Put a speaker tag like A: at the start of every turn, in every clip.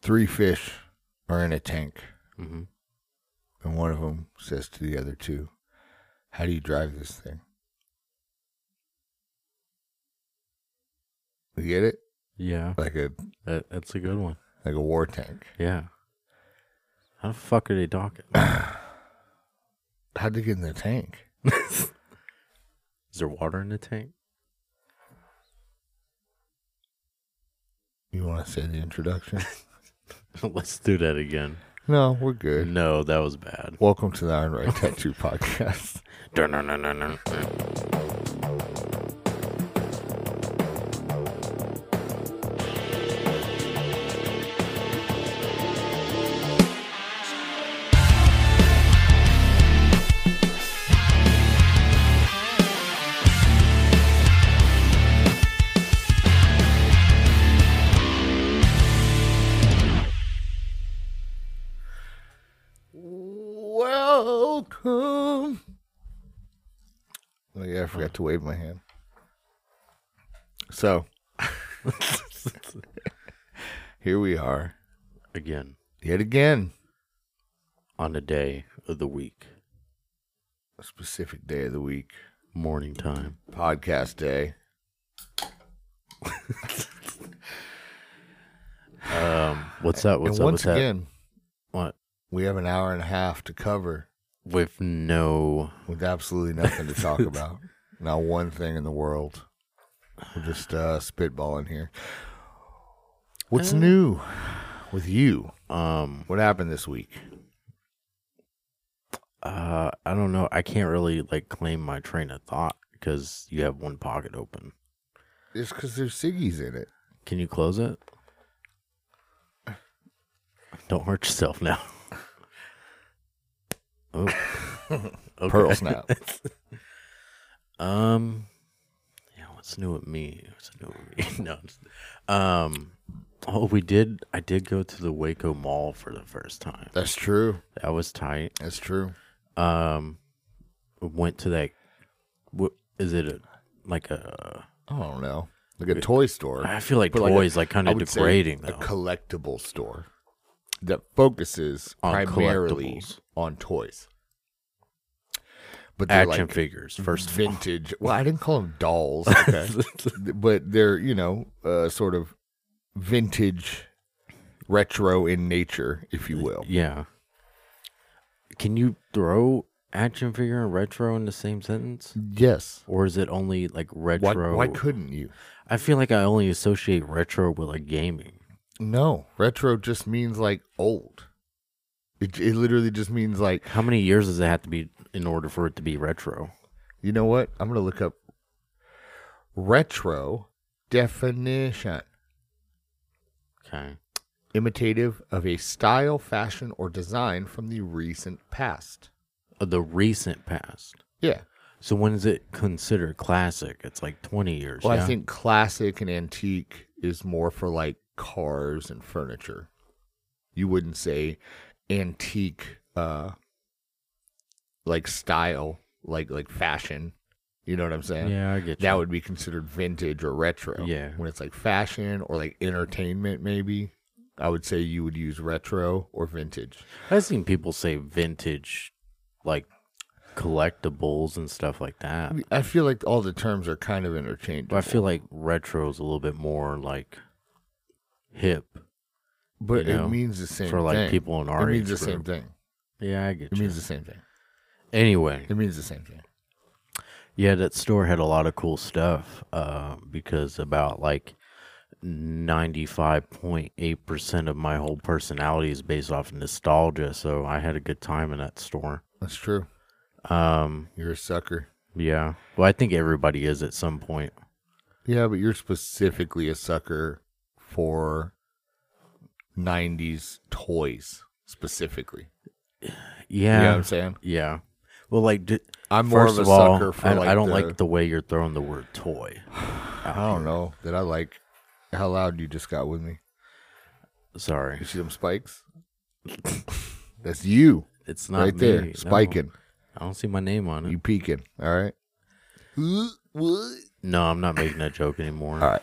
A: three fish are in a tank, Mm-hmm.
B: hmm
A: and one of them says to the other two, "How do you drive this thing?" You get it?
B: Yeah,
A: Like a
B: that, that's a good one.
A: like a war tank.
B: Yeah. How the fuck are they talking?
A: How'd they get in the tank?
B: Is there water in the tank?
A: You want to say the introduction?
B: Let's do that again.
A: no, we're good.
B: No, that was bad.
A: Welcome to the Iron Right Tattoo Podcast.
B: Dun-dun-dun-dun-dun.
A: Welcome. Oh yeah, I forgot to wave my hand. So here we are
B: again,
A: yet again.
B: on a day of the week,
A: A specific day of the week,
B: morning time.
A: podcast day.
B: Um, what's that? What's
A: and once
B: up? What's that?
A: again,
B: What?
A: we have an hour and a half to cover
B: With no,
A: with absolutely nothing to talk about. Not one thing in the world. We're just uh, spitballing here. What's
B: Uh.
A: new with you?
B: um,
A: What happened this week?
B: uh, I don't know. I can't really like claim my train of thought because you have one pocket open.
A: It's because there's ciggies in it.
B: Can you close it? Don't hurt yourself now. oh. Okay.
A: Pearl snap.
B: Um, yeah, what's new with me? What's new with me? no, it's- um, oh, we did. I did go to the Waco Mall for the first time.
A: That's true.
B: That was tight.
A: That's true.
B: Um, went to that. What is it? A, like a?
A: I don't know. Like a toy store.
B: I feel like
A: But like a-
B: toys like, kind
A: I
B: of
A: would say
B: degrading
A: a
B: though.
A: collectible store that focuses
B: On
A: primarily
B: collectibles.
A: on toys. But they're
B: Action
A: like Mhm.
B: figures first. of all.
A: vintage. Well, I didn't call them dolls, okay. but they're you know uh, sort of vintage, retro in nature, if you will.
B: yeah. Can you throw action figure and retro in the same sentence?
A: Yes.
B: Or is it only like
A: Why,
B: retro?
A: why couldn't you?
B: I feel like I only associate retro with like gaming.
A: No, retro just means like old. It it literally just means like
B: How many years does it have to be in order for it to be retro?
A: you know what? I'm gonna look up retro definition.
B: Okay.
A: Imitative of a style, fashion, or design from the recent past.
B: Of Uh, The recent past.
A: Yeah.
B: So when is it considered classic? It's like 20 years.
A: Well,
B: yeah?
A: I think classic and antique is more for like cars and furniture. You wouldn't say antique uh like style, like like fashion. You know what I'm saying?
B: Yeah, I get you.
A: That would be considered vintage or retro.
B: Yeah.
A: When it's like fashion or like entertainment maybe, I would say you would use retro or vintage.
B: I've seen people say vintage, like collectibles and stuff like that.
A: I feel like all the terms are kind of interchangeable.
B: But I feel like retro is a little bit more like hip
A: but
B: you
A: it
B: know,
A: means the same
B: for like
A: thing.
B: people in
A: It
B: our
A: means the
B: age
A: same
B: group.
A: thing.
B: Yeah, I get
A: It
B: you.
A: means the same thing.
B: anyway,
A: It means the same thing.
B: Yeah, that store had a lot of cool stuff uh, because about like 95.8% of my whole personality is based off nostalgia. So I had a good time in that store.
A: That's true.
B: Um,
A: You're a sucker.
B: yeah. Well, I think everybody is at some point.
A: Yeah, but you're specifically a sucker for 90s toys specifically. You know what
B: Yeah.
A: I'm saying?
B: Yeah. Well, like, d-
A: I'm more
B: first
A: of a
B: of all,
A: sucker for
B: I,
A: like
B: I don't
A: the-
B: like the way you're throwing the word toy.
A: I don't know that I like how loud you just got with me. You
B: Sorry.
A: see them spikes? That's you
B: It's not
A: right
B: me.
A: there
B: No.
A: spiking.
B: I don't see my name on it.
A: You peeking. All right. Ooh, what? Uh,
B: No, I'm not making that joke anymore. Oh.
A: All right.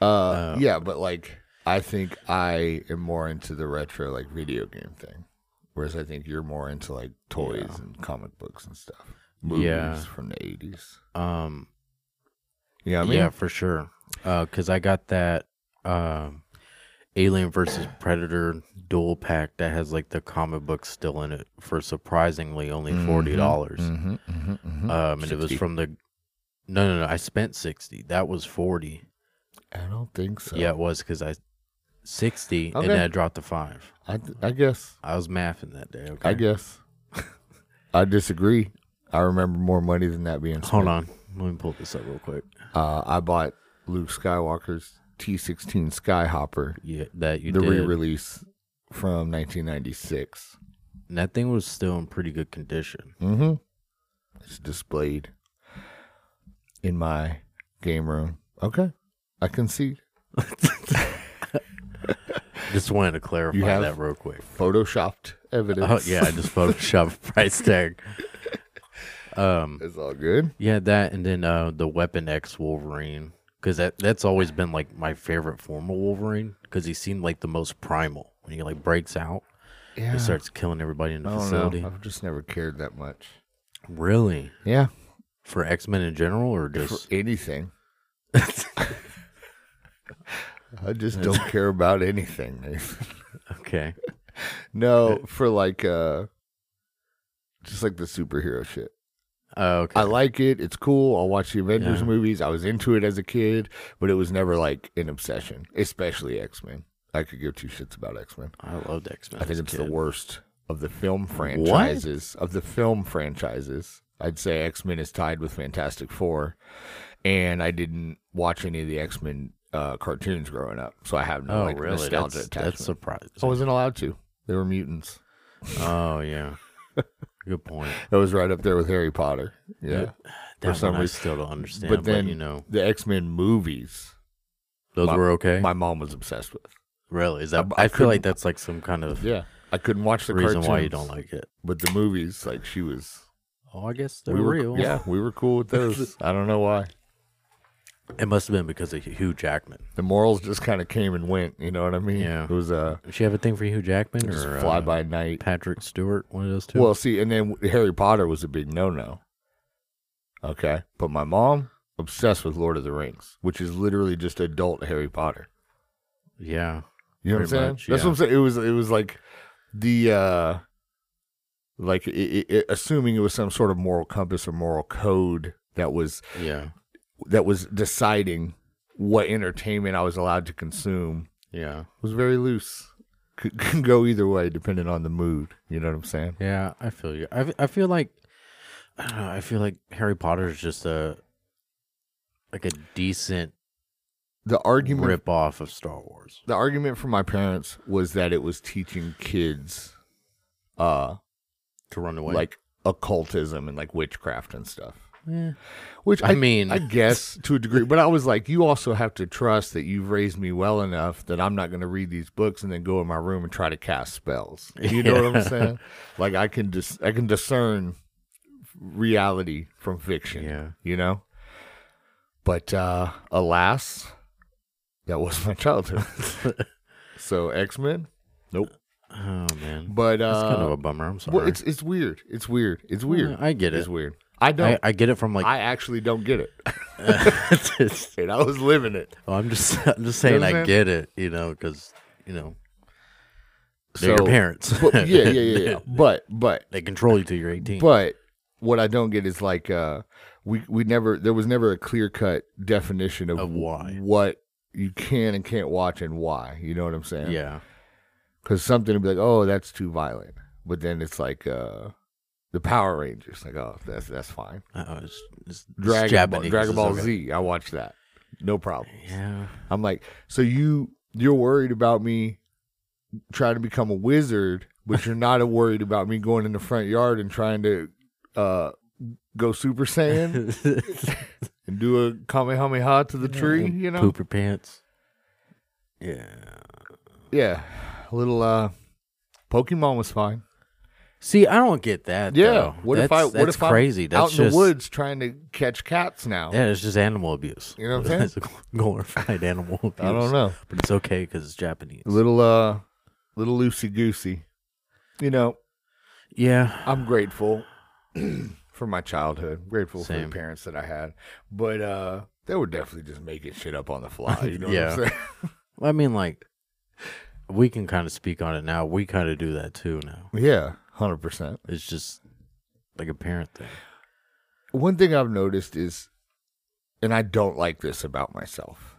A: Uh, yeah, but like I think I am more into the retro like video game thing, whereas I think you're more into like toys
B: Yeah.
A: and comic books and stuff. Movies
B: Yeah.
A: from the eighties.
B: Um,
A: Yeah, I mean,
B: yeah, for sure. Because I got that um, Alien versus Predator dual pack that has like the comic book still in it for surprisingly only
A: Mm-hmm.
B: forty dollars.
A: Mhm, mhm, mhm.
B: Um, and it was
A: 60.
B: from the. No, no, no. I spent sixty. That was forty.
A: I don't think so.
B: Yeah, it was because I sixty and
A: Okay.
B: then I dropped the five.
A: I, th- I guess.
B: I was mathing that day. Okay.
A: I guess. I disagree. I remember more money than that being spent.
B: Hold on. Let me pull this up real quick.
A: Uh, I bought Luke Skywalker's T16 Skyhopper,
B: Yeah, that you
A: the
B: did.
A: re-release from 1996.
B: And that thing was still in pretty good condition.
A: Mm-hmm. It's displayed in my game room. Okay, I concede.
B: Just wanted to clarify
A: You have-
B: that real quick.
A: Photoshopped evidence.
B: Oh yeah, I just photoshopped price tag. Um,
A: it's all good.
B: yeah, that and then uh, the Weapon X Wolverine because that that's always been like my favorite form of Wolverine because he seemed like the most primal when he like breaks out.
A: Yeah.
B: He starts killing everybody in the
A: I don't
B: facility.
A: know. I've just never cared that much.
B: Really?
A: Yeah,
B: For X Men in general, or
A: for
B: just
A: anything. I just don't care about anything. Nathan.
B: okay?
A: no, for like uh, just like the superhero shit.
B: Oh okay.
A: I like it. It's cool. I'll watch the Avengers
B: Yeah.
A: movies. I was into it as a kid, but it was never like an obsession, especially X Men. I could give two shits about X Men.
B: I loved X Men.
A: I think it's the
B: worst.
A: worst of the film franchises. Of the film franchises, I'd say X Men is tied with Fantastic Four, and I didn't watch any of the X Men uh, cartoons growing up, so I have no
B: Oh
A: like,
B: really?
A: nostalgia
B: That's,
A: attachment. Oh,
B: that's surprising.
A: I wasn't allowed to. They were mutants.
B: Oh yeah. Good point.
A: That was right up there with Harry Potter. yeah.
B: That
A: some
B: one I
A: reason-
B: still don't understand.
A: but
B: But
A: then
B: you know,
A: the X Men movies.
B: those
A: my-
B: were okay.
A: my mom was obsessed with.
B: Really? Is that?
A: I
B: I, feel
A: couldn't-
B: like that's like some kind of
A: Yeah, I couldn't watch the
B: reason
A: cartoons,
B: why you don't like it.
A: but the movies, like she was.
B: Oh, I guess
A: we were Yeah, we were cool with those. I don't know why.
B: It must have been because of Hugh Jackman.
A: The morals just kind of came and went. You know what I mean?
B: Yeah.
A: it was uh,
B: Did she have a thing for Hugh Jackman
A: just
B: or
A: fly
B: uh,
A: by night.
B: Patrick Stewart? One of those two.
A: Well, see, and then Harry Potter was a big no-no. Okay, but my mom obsessed with Lord of the Rings, which is literally just adult Harry Potter.
B: yeah.
A: You know what I'm
B: Pretty
A: saying?
B: much,
A: That's what I'm
B: yeah.
A: saying. It was it was like the uh like i i i- assuming it was some sort of moral compass or moral code that was
B: Yeah.
A: that was deciding what entertainment I was allowed to consume
B: Yeah.
A: was very loose. Could, could go either way depending on the mood. You know what I'm saying?
B: Yeah. I feel you. I, f- I feel like I don't know. I feel like Harry Potter is just a like a decent
A: The argument
B: rip off of Star Wars.
A: the argument from my parents was that it was teaching kids uh
B: To run away,
A: like occultism and like witchcraft and stuff.
B: Eh,
A: Which
B: I mean,
A: I guess to a degree, but I was like, you also have to trust that you've raised me well enough that I'm not going to read these books and then go in my room and try to cast spells. You know what
B: Yeah.
A: I'm saying? Like I can dis- I can discern reality from fiction.
B: Yeah.
A: You know. But uh alas, that was my childhood. so X Men, nope.
B: Oh man,
A: But uh,
B: that's kind of a bummer. I'm sorry.
A: well, it's it's weird. It's weird. It's weird.
B: I get
A: It's
B: it.
A: weird. I
B: I,
A: don't.
B: I get it from like.
A: I actually don't get it,
B: it's-
A: and I was living it.
B: oh, I'm just I'm just saying
A: what I'm saying?
B: I get it. You know, because you know they're
A: So-
B: your parents.
A: but yeah, yeah, yeah, yeah. But but
B: they control you till you're 18.
A: but what I don't get is like uh we we never there was never a clear cut definition of,
B: Of why.
A: what you can and can't watch and why. You know what I'm saying?
B: yeah,
A: Because something would be like, oh, that's too violent, but then it's like uh the Power Rangers, like oh, that's that's fine.
B: Uh-oh, it's, it's,
A: Dragon
B: it's
A: Ball,
B: Japanese.
A: Dragon
B: it's
A: Ball
B: okay.
A: Z, I watched that, no problem.
B: Yeah,
A: I'm like, so you you're worried about me trying to become a wizard, but you're not worried about me going in the front yard and trying to uh go Super Saiyan and do a Kamehameha to the tree, you know?
B: poop your pants. Yeah,
A: Yeah. A little uh Pokemon was fine.
B: See, I don't get that.
A: Yeah.
B: though.
A: What if
B: That's-
A: I? What
B: that's
A: if
B: crazy?
A: I'm
B: That's
A: out in
B: just,
A: the woods trying to catch cats now?
B: Yeah, it's just animal abuse.
A: You know what I'm
B: It's a glorified animal abuse.
A: I don't know.
B: but it's okay because it's Japanese.
A: Little uh, little loosey goosey. You know,
B: Yeah,
A: I'm grateful for my childhood. Grateful for
B: Same.
A: the parents that I had, but uh, they were definitely just making shit up on the fly. You know
B: Yeah.
A: what I'm saying?
B: I mean, like we can kind of speak on it now. We kind of do that too now.
A: Yeah, hundred percent.
B: It's just like a parent thing.
A: One thing I've noticed is, and I don't like this about myself,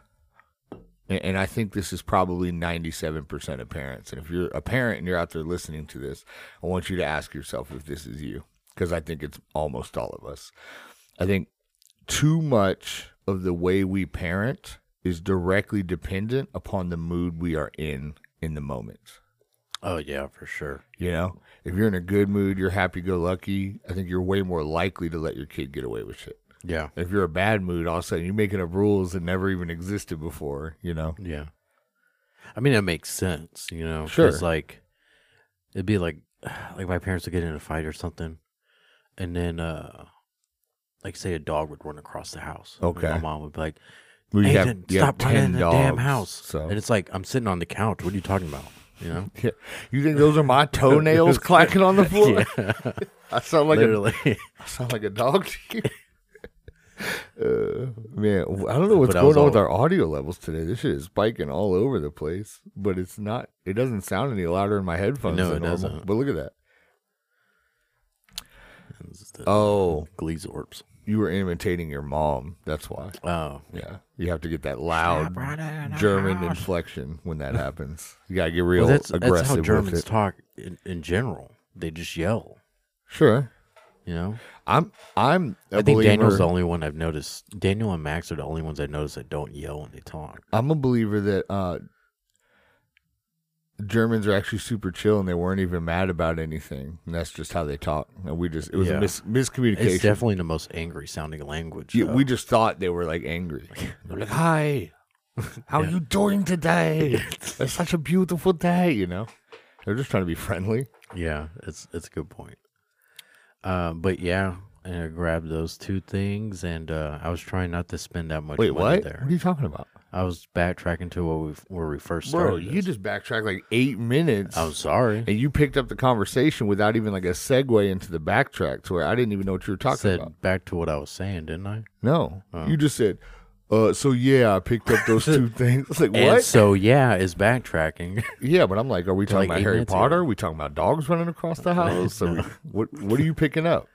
A: and, and I think this is probably ninety-seven percent of parents. And if you're a parent and you're out there listening to this, I want you to ask yourself if this is you, because I think it's almost all of us. I think too much of the way we parent is directly dependent upon the mood we are in in the moment.
B: Oh yeah, for sure.
A: You know, if you're in a good mood, you're happy go lucky, I think you're way more likely to let your kid get away with shit.
B: Yeah,
A: If you're a bad mood, all of a sudden you're making up rules that never even existed before, you know?
B: yeah. I mean, it makes sense, you know. 'cause,
A: Sure.
B: like it'd be like like my parents would get in a fight or something, and then uh like say a dog would run across the house. and
A: Okay.
B: my mom would be like.
A: We
B: Hey, then stop running in the damn house.
A: So
B: And it's like I'm sitting on the couch. What are you talking about? You know,
A: Yeah. you think those are my toenails clacking on the floor?
B: yeah,
A: I sound like a,
B: literally.
A: I sound like a dog to you. Uh, man, w- I don't know what's
B: But I
A: going
B: was
A: on with
B: all-
A: our audio levels today. This shit is spiking all over the place, but it's not. It doesn't sound any louder in my headphones.
B: No,
A: than
B: it
A: normal,
B: doesn't.
A: But look at that.
B: It's the
A: Oh,
B: Gleezorps.
A: you were imitating your mom. That's why.
B: Oh,
A: Yeah, you have to get that loud
B: right in the
A: German
B: house.
A: inflection when that happens. You gotta get real
B: well, that's
A: aggressive
B: that's how
A: with
B: Germans
A: it.
B: talk in, in general. They just yell.
A: sure,
B: You know,
A: I'm. I'm. a
B: I think
A: believer,
B: Daniel's the only one I've noticed. Daniel and Max are the only ones I noticed that don't yell when they talk.
A: I'm a believer that uh, Germans are actually super chill and they weren't even mad about anything. And that's just how they talk. And we just it was
B: Yeah.
A: a mis-
B: It's
A: miscommunication.
B: definitely the most angry sounding language.
A: You-
B: though.
A: we just thought they were like angry. They're like, "Hi, how are you doing today? it's such a beautiful day." You know, they're just trying to be friendly.
B: Yeah, it's it's a good point. Uh, but yeah, and I grabbed those two things, and uh, I was trying not to spend that much
A: Wait,
B: money
A: what?
B: there.
A: What are you talking about,
B: I was backtracking to where we where we first started.
A: bro? You
B: this.
A: just backtracked like eight minutes.
B: I'm sorry.
A: and you picked up the conversation without even like a segue into the backtrack to where I didn't even know what you were talking
B: said
A: about.
B: back to what I was saying, didn't I?
A: No, you just said, uh, "So yeah, I picked up those two things." It's like
B: And
A: what?
B: so yeah, it's backtracking.
A: yeah, but I'm like, are we talking
B: like
A: about
B: eight
A: Harry
B: minutes ago.
A: Potter? Are we talking about dogs running across the house? Are we- what What are you picking up?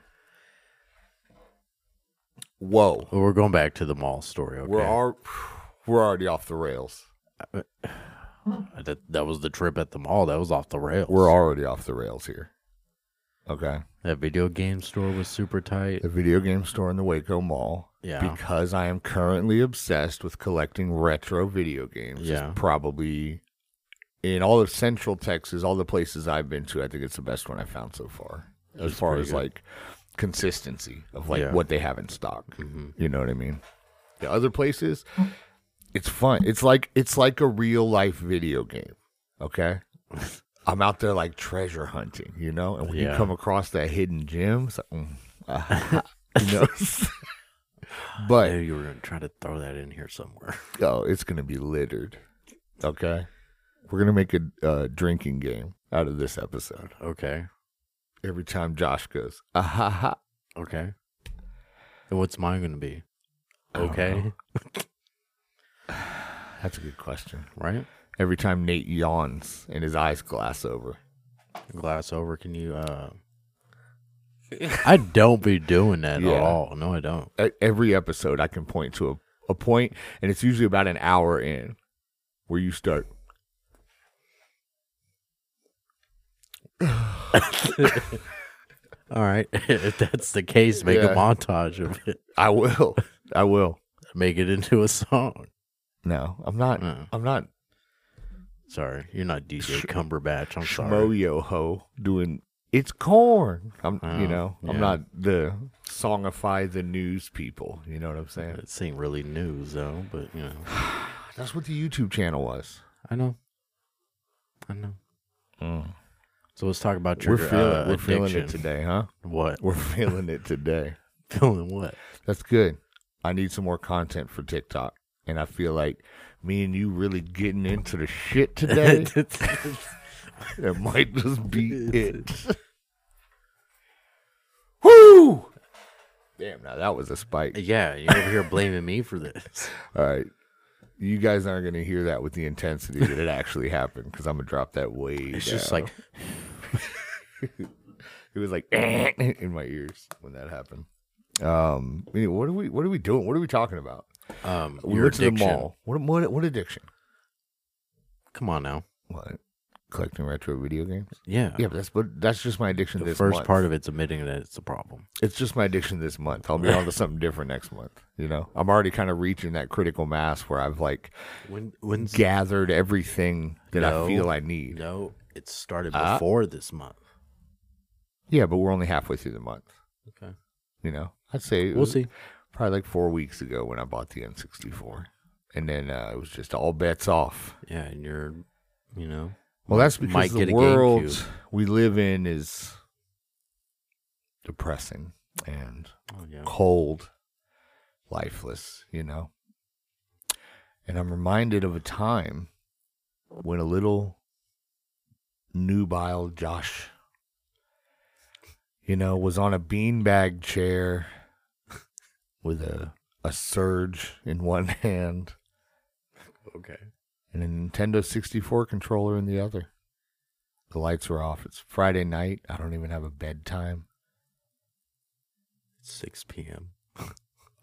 A: Whoa,
B: Well, We're going back to the mall story. Okay,
A: we're al- we're already off the rails.
B: that, that was the trip at the mall. That was off the rails.
A: We're already off the rails here. Okay,
B: that video game store was super tight.
A: the video game store in the Waco Mall.
B: Yeah.
A: because I am currently obsessed with collecting retro video games. is
B: Yeah.
A: probably in all of Central Texas, all the places I've been to, I think it's the best one I found so far, as
B: It's
A: far
B: pretty
A: as
B: good.
A: like consistency of like
B: Yeah.
A: what they have in stock.
B: Mhm.
A: You know what I mean? The other places, it's fun. It's like it's like a real life video game. Okay. I'm out there like treasure hunting, you know, and when you
B: Yeah.
A: come across that hidden gem, it's like, mm, ah, you know.
B: I
A: but
B: knew you were gonna try to throw that in here somewhere.
A: Oh, it's gonna be littered. Okay, we're gonna make a uh, drinking game out of this episode.
B: okay.
A: Every time Josh goes, ah ha ha.
B: Okay. And what's mine gonna be?
A: I don't
B: Okay.
A: know. That's a good question.
B: Right?
A: Every time Nate yawns and his eyes glass over.
B: Glass over, can you uh I don't be doing that
A: Yeah.
B: at all. No, I don't.
A: E- Every episode, I can point to a, a point, and it's usually about an hour in where you start.
B: All right. if that's the case, make
A: Yeah.
B: a montage of it.
A: I will. I will.
B: Make it into a song.
A: No, I'm not.
B: Mm.
A: I'm not
B: Sorry. You're not DJ Cumberbatch. I'm sorry.
A: Schmo yo ho doing it's corn. I'm
B: Oh,
A: you know, I'm
B: yeah.
A: not the songify the news people. You know what I'm saying?
B: It ain't really news though, but you know.
A: That's what the YouTube channel was.
B: I know. I know. So let's talk about
A: Mm. we're
B: trigger
A: feeling
B: uh,
A: we're feeling it
B: addiction.
A: today, huh?
B: What?
A: We're feeling it today.
B: Feeling what?
A: That's good. I need some more content for TikTok, and I feel like me and you really getting into the shit today. that might just be it. Woo! Damn, now that was a spike.
B: yeah, you're over here blaming me for this.
A: All right. You guys aren't going to hear that with the intensity that it actually happened because I'm going to drop that way.
B: It's just like
A: it was like in my ears when that happened. Um, I mean, what are we? What are we doing? What are we talking about?
B: um,
A: We
B: your
A: went to the
B: addiction.
A: mall. What? What? What addiction?
B: Come on now.
A: What? Collecting retro video games?
B: Yeah.
A: Yeah, but that's but that's just my addiction.
B: Uh. the
A: this
B: first
A: month.
B: part of it's admitting that it's a problem.
A: it's just my addiction this month. I'll be on to something different next month. You know, I'm already kind of reaching that critical mass where I've like
B: When when's
A: gathered everything that
B: No.
A: I feel I need.
B: no? It started
A: Uh,
B: before this month.
A: Yeah, but we're only halfway through the month.
B: Okay.
A: You know, I'd say it
B: We'll
A: was
B: see.
A: probably like four weeks ago when I bought the N64, and then uh, it was just all bets off.
B: Yeah, and you're, you know,
A: Well, that's because
B: might
A: the
B: get a
A: world
B: GameCube.
A: we live in is depressing and
B: oh, yeah.
A: cold, lifeless, you know. And I'm reminded of a time when a little nubile Josh, you know, was on a beanbag chair with a a surge in one hand
B: Okay.
A: and a Nintendo 64 controller in the other. The lights were off. It's Friday night. I don't even have a bedtime.
B: Six p.m.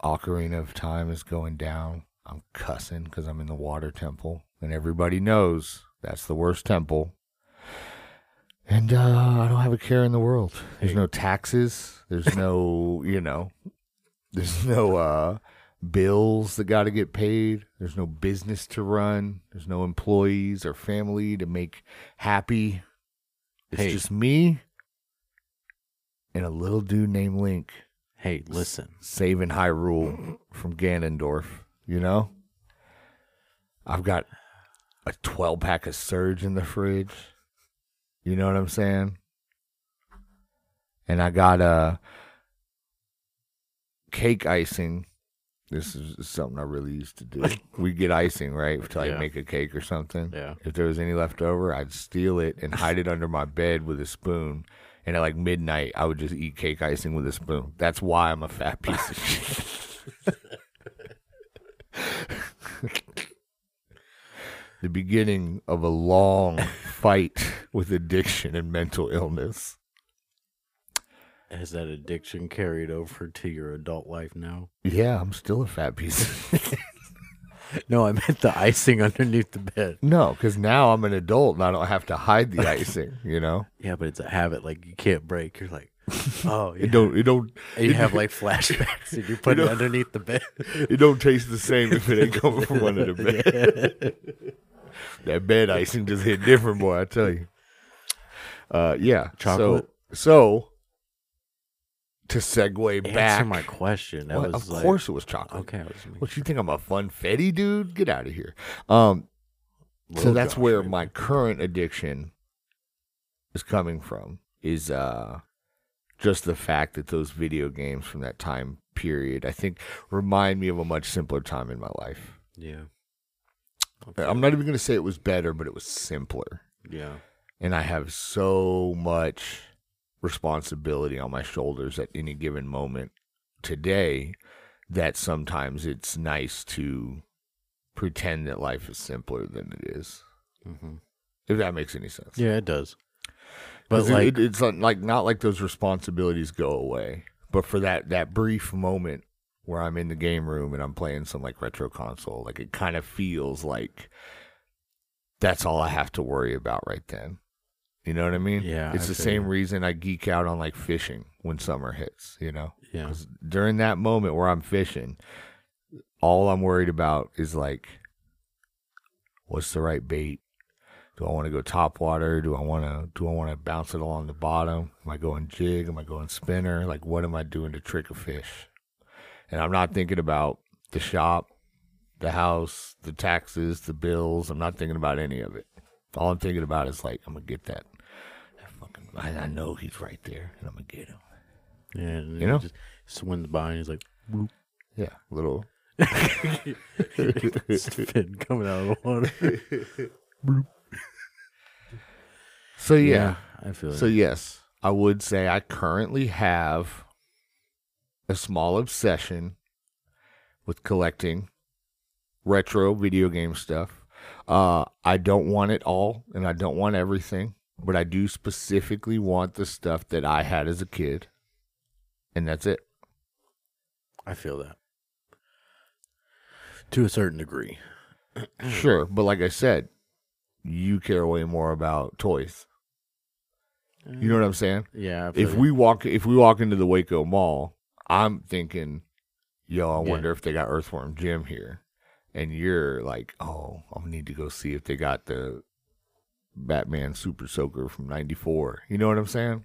A: Ocarina of Time is going down. I'm cussing because I'm in the water temple, and everybody knows that's the worst temple. And uh, I don't have a care in the world. There's no taxes. There's no, you know, there's no uh, bills that got to get paid. There's no business to run. There's no employees or family to make happy. It's
B: Hey.
A: just me and a little dude named Link
B: Hey, listen.
A: saving Hyrule from Ganondorf, you know? I've got a 12 pack of Surge in the fridge. You know what I'm saying? And I got a cake icing. This is something I really used to do. We get icing, right? To like
B: Yeah.
A: make a cake or something.
B: Yeah.
A: If there was any left over, I'd steal it and hide it under my bed with a spoon. And at like midnight, I would just eat cake icing with a spoon. That's why I'm a fat piece of shit. the beginning of a long fight with addiction and mental illness.
B: Has that addiction carried over to your adult life now?
A: Yeah, I'm still a fat piece. of shit.
B: No, I meant the icing underneath the bed.
A: no, because now I'm an adult and I don't have to hide the icing. You know,
B: Yeah, but it's a habit like you can't break. You're like, oh, yeah.
A: it don't, it don't,
B: And you have like flashbacks and you put it
A: don't-
B: underneath the bed.
A: it don't taste the same if it ain't coming from under the bed. That bed icing just hit different, boy. I tell you. Uh, yeah,
B: Chocolate?
A: So, so to segue
B: Answer
A: back,
B: my question. That
A: Well,
B: was
A: of
B: like,
A: course it was chocolate.
B: Okay, I was making
A: What you think I'm a funfetti dude? Get out of here. Um, so
B: Little
A: that's
B: Josh,
A: where
B: right?
A: my current addiction is coming from. Is uh, just the fact that those video games from that time period, I think, remind me of a much simpler time in my life.
B: yeah. Okay.
A: I'm not even going to say it was better, but it was simpler.
B: yeah.
A: And I have so much responsibility on my shoulders at any given moment today that sometimes it's nice to pretend that life is simpler than it is.
B: Mm-hmm.
A: If that makes any sense.
B: Yeah, it does.
A: 'Cause
B: But
A: it-
B: like,
A: it- it's not- like not like those responsibilities go away, but for that that brief moment where I'm in the game room and I'm playing some like retro console, like it kind of feels like that's all I have to worry about right then. You know what I mean?
B: Yeah,
A: It's
B: I
A: the
B: feel
A: same
B: you.
A: reason I geek out on like fishing when summer hits. You know,
B: yeah,
A: 'Cause during that moment where I'm fishing, all I'm worried about is like, what's the right bait? Do I want to go top water? Do I want to do I want to bounce it along the bottom? Am I going jig? Am I going spinner? Like what am I doing to trick a fish? And I'm not thinking about the shop, the house, the taxes, the bills. I'm not thinking about any of it. All I'm thinking about is like I'm gonna get that that I, I know he's right there, and I'm gonna get him.
B: Yeah, and
A: You
B: he
A: know?
B: just swims by and he's like, whoop.
A: Yeah, little.
B: spin coming out of the water.
A: So yeah,
B: I feel
A: So
B: it.
A: yes, I would say I currently have a small obsession with collecting retro video game stuff. Uh, I don't want it all, and I don't want everything, but I do specifically want the stuff that I had as a kid, and that's it.
B: I feel that to a certain degree.
A: Sure, but like I said, you care way more about toys. You know what I'm saying?
B: Yeah. I feel
A: if
B: you.
A: we walk if we walk into the Waco Mall, I'm thinking, yo, I
B: Yeah.
A: wonder if they got Earthworm Jim here. And you're like, oh, I'll need to go see if they got the Batman Super Soaker from '94. You know what I'm saying?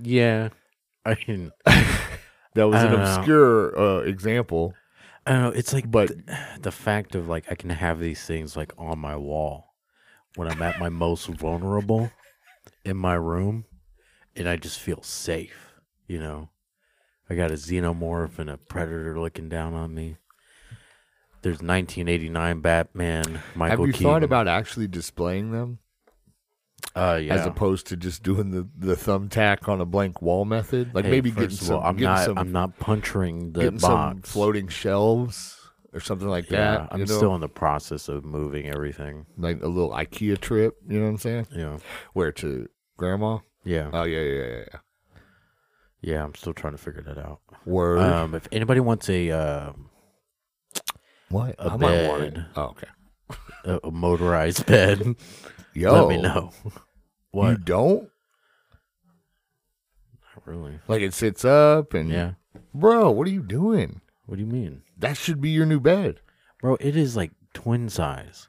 B: yeah, I can.
A: That was
B: I
A: an
B: don't know.
A: obscure uh, example,
B: I don't know. It's like,
A: but
B: the fact of like I can have these things like on my wall when I'm at my most vulnerable in my room and I just feel safe, you know. I got a xenomorph and a predator looking down on me. There's 1989 Batman, Michael
A: have you
B: Keaton.
A: thought about actually displaying them
B: uh yeah.
A: as opposed to just doing the the thumbtack on a blank wall method? Like
B: Hey,
A: maybe
B: first
A: getting
B: of
A: some,
B: all, I'm
A: getting
B: not
A: some,
B: I'm not puncturing the
A: getting some
B: box.
A: floating shelves or something like that.
B: yeah, I'm
A: you know?
B: still in the process of moving everything.
A: like a little IKEA trip. You know what I'm saying?
B: Yeah.
A: Where to grandma?
B: Yeah.
A: Oh yeah, yeah, yeah. yeah.
B: Yeah, I'm still trying to figure that out.
A: Word.
B: Um, if anybody wants a um,
A: what?
B: a
A: I might want it.
B: bed.
A: Oh, okay.
B: a, a motorized bed.
A: Yo,
B: Let me know.
A: You
B: What?
A: don't
B: Not really?
A: like it sits up and
B: Yeah.
A: Bro, what are you doing?
B: What do you mean,
A: That should be your new bed.
B: bro? It is like twin size.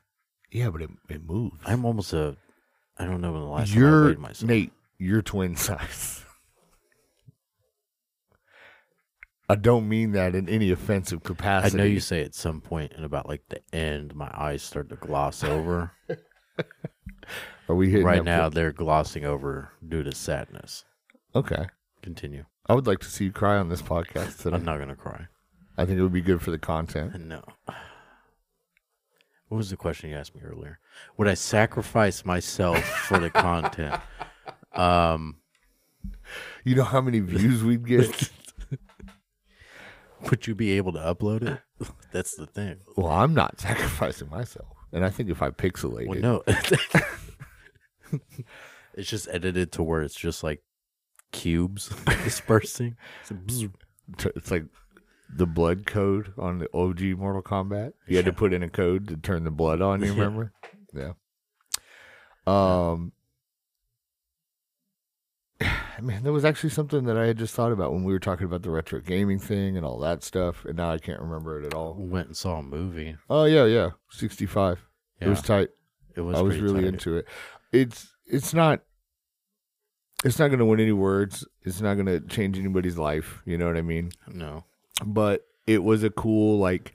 A: Yeah, but it it moves.
B: I'm almost a. I don't know when the last time I
A: you're
B: weighed myself.
A: Nate. You're twin size. I don't mean that in any offensive
B: I
A: capacity.
B: know you say at some point in about like the end, my eyes start to gloss over.
A: Are we hitting
B: right
A: up-
B: now, they're glossing over due to sadness.
A: Okay.
B: Continue.
A: I would like to see you cry on this podcast today.
B: I'm not gonna cry.
A: I think it would be good for the content.
B: No. What was the question you asked me earlier? Would I sacrifice myself for the content? Um,
A: You know how many views we'd get?
B: Would you be able to upload it? That's the thing.
A: well, I'm not sacrificing myself. And I think if I pixelate
B: Well,
A: it,
B: no. it's just edited to where it's just like cubes dispersing.
A: Mm.
B: It's like bzzz.
A: t- it's like the blood code on the OG Mortal Kombat. You had to
B: Yeah.
A: put in a code to turn the blood on, you
B: Yeah.
A: remember? Yeah. Um Man, there was actually something that I had just thought about when we were talking about the retro gaming thing and all that stuff, and now I can't remember it at all.
B: Went and saw a movie.
A: Oh yeah, yeah, sixty-five.
B: Yeah,
A: It was tight.
B: it was
A: I was
B: pretty
A: really
B: tight.
A: into it. It's it's not it's not going to win any words. It's not going to change anybody's life. You know what I mean?
B: No,
A: But it was a cool, like,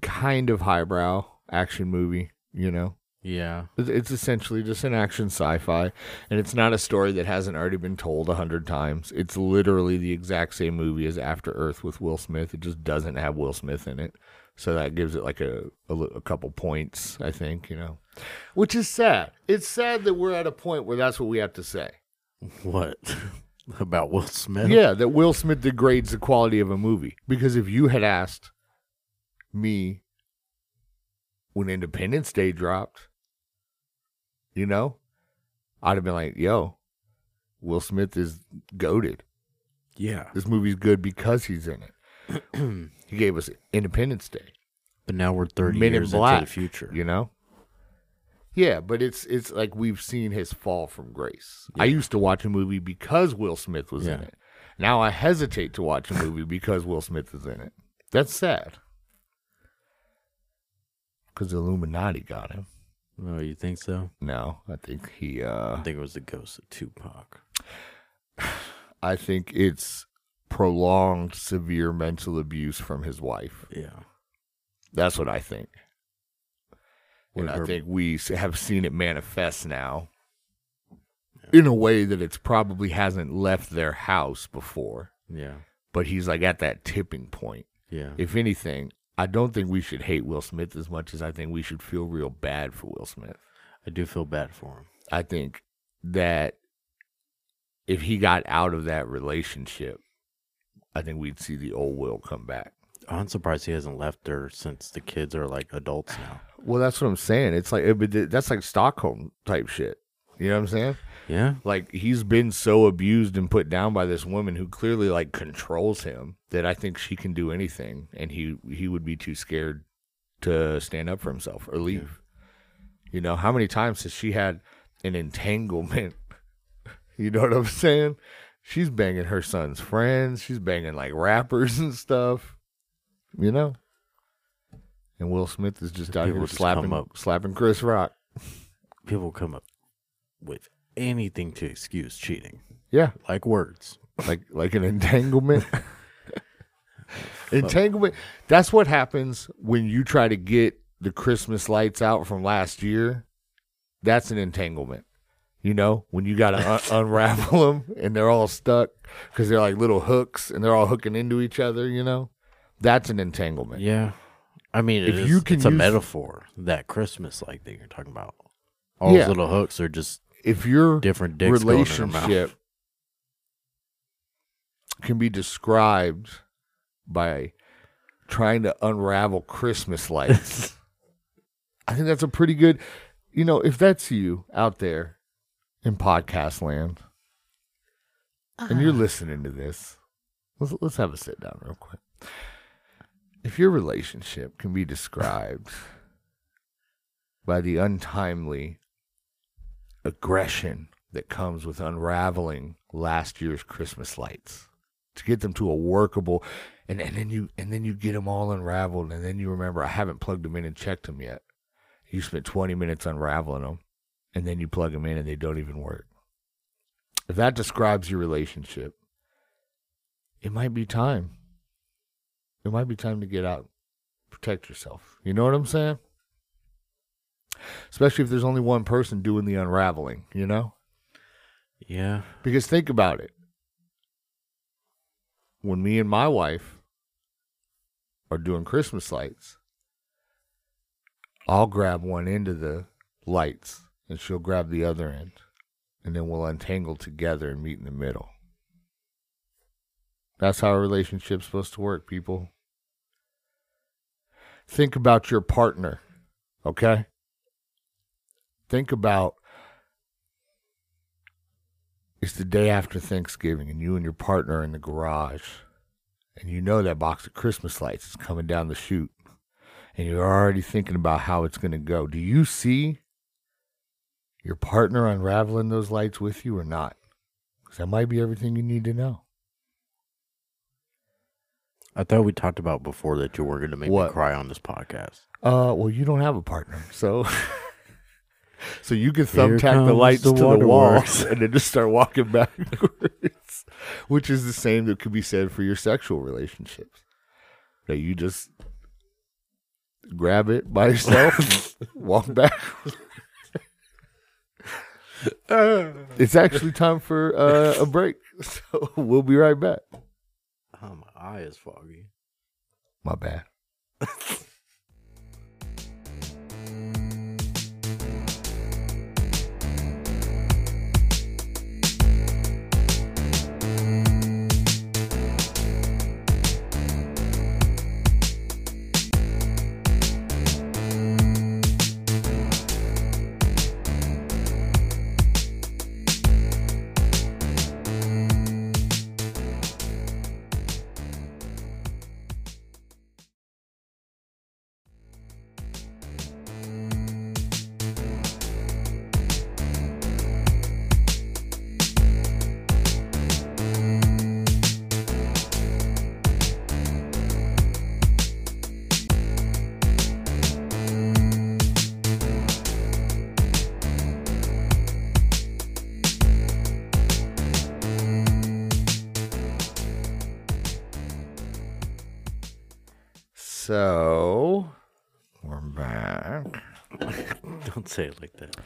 A: kind of highbrow action movie. You know,
B: yeah,
A: It's- it's essentially just an action sci-fi, and it's not a story that hasn't already been told a hundred times. It's literally the exact same movie as After Earth with Will Smith. It just doesn't have Will Smith in it, so that gives it like a a, li- a couple points, I think. You know, which is sad. It's sad that we're at a point where that's what we have to say.
B: what about Will Smith?
A: Yeah, that Will Smith degrades the quality of a movie. Because if you had asked me when Independence Day dropped, you know, I'd have been like, yo, Will Smith is goaded.
B: yeah.
A: This movie's good because he's in it. He gave us Independence Day,
B: but now we're thirty
A: Men in
B: years into
A: Black,
B: the future.
A: you know? Yeah, but it's it's like we've seen his fall from grace. I used to watch a movie because Will Smith was in
B: Yeah.
A: it. Now I hesitate to watch a movie because Will Smith is in it. That's sad. Because the Illuminati got him.
B: Oh, you think so?
A: No, I think he.
B: I
A: uh
B: think it was the ghost of Tupac.
A: I think it's prolonged severe mental abuse from his wife.
B: Yeah,
A: That's what I think. And
B: Or
A: I
B: her-
A: think we s- have seen it manifest now in a way that it's probably hasn't left their house before.
B: Yeah.
A: But he's like at that tipping point.
B: Yeah.
A: If anything, I don't think we should hate Will Smith as much as I think we should feel real bad for Will Smith.
B: I do feel bad for him.
A: I think that if he got out of that relationship, I think we'd see the old Will come back.
B: I'm surprised he hasn't left her since the kids are like adults now.
A: Well, that's what I'm saying. It's like it, but th- that's like Stockholm type shit. You know what I'm saying?
B: Yeah.
A: Like he's been so abused and put down by this woman who clearly like controls him that I think she can do anything, and he he would be too scared to stand up for himself or leave. You know how many times has she had an entanglement? you know what I'm saying? She's banging her son's friends. She's banging like rappers and stuff. You know. And Will Smith is just out
B: People
A: here
B: just
A: slapping
B: come up.
A: slapping Chris Rock.
B: People come up with anything to excuse cheating,
A: Yeah.
B: like words.
A: like like an entanglement. entanglement. That's what happens when you try to get the Christmas lights out from last year. That's an entanglement. You know, when you got to un- unravel them and they're all stuck because they're like little hooks and they're all hooking into each other, you know, that's an entanglement.
B: Yeah. I mean, it
A: If
B: is-
A: you can
B: it's a
A: use-
B: metaphor that Christmas like thing you're talking about. All
A: Yeah.
B: those little hooks are just
A: If you're
B: different dicks going in her mouth.
A: relationship can be described by trying to unravel Christmas lights. I think that's a pretty good, you know, if that's you out there in podcast land and you're listening to this, let's, let's have a sit down real quick. If your relationship can be described by the untimely aggression that comes with unraveling last year's Christmas lights to get them to a workable and, and then you and then you get them all unraveled and then you remember I haven't plugged them in and checked them yet. You spent 20 minutes unraveling them and then you plug them in and they don't even work. If that describes your relationship, it might be time. It might be time to get out, protect yourself. You know what I'm saying? Especially if there's only one person doing the unraveling, you know?
B: Yeah.
A: Because think about it. When me and my wife are doing Christmas lights, I'll grab one end of the lights and she'll grab the other end. And then we'll untangle together and meet in the middle. That's how a relationship's supposed to work, people. Think about your partner, okay? Think about it's the day after Thanksgiving, and you and your partner are in the garage, and you know that box of Christmas lights is coming down the chute, and you're already thinking about how it's going to go. Do you see your partner unraveling those lights with you or not? Because that might be everything you need to know.
B: I thought we talked about before that you were going to make
A: What?
B: me cry on this podcast.
A: Uh, well, you don't have a partner, so so you can
B: Here
A: thumbtack the
B: comes
A: lights
B: the
A: to the wall
B: waterworks.
A: and then just start walking backwards, which is the same that could be said for your sexual relationships. That you just grab it by yourself, walk back.
B: Oh,
A: It's actually time for uh, a break, so we'll be right back.
B: Oh, my eye is foggy.
A: My bad. So we're back.
B: Don't say it like that.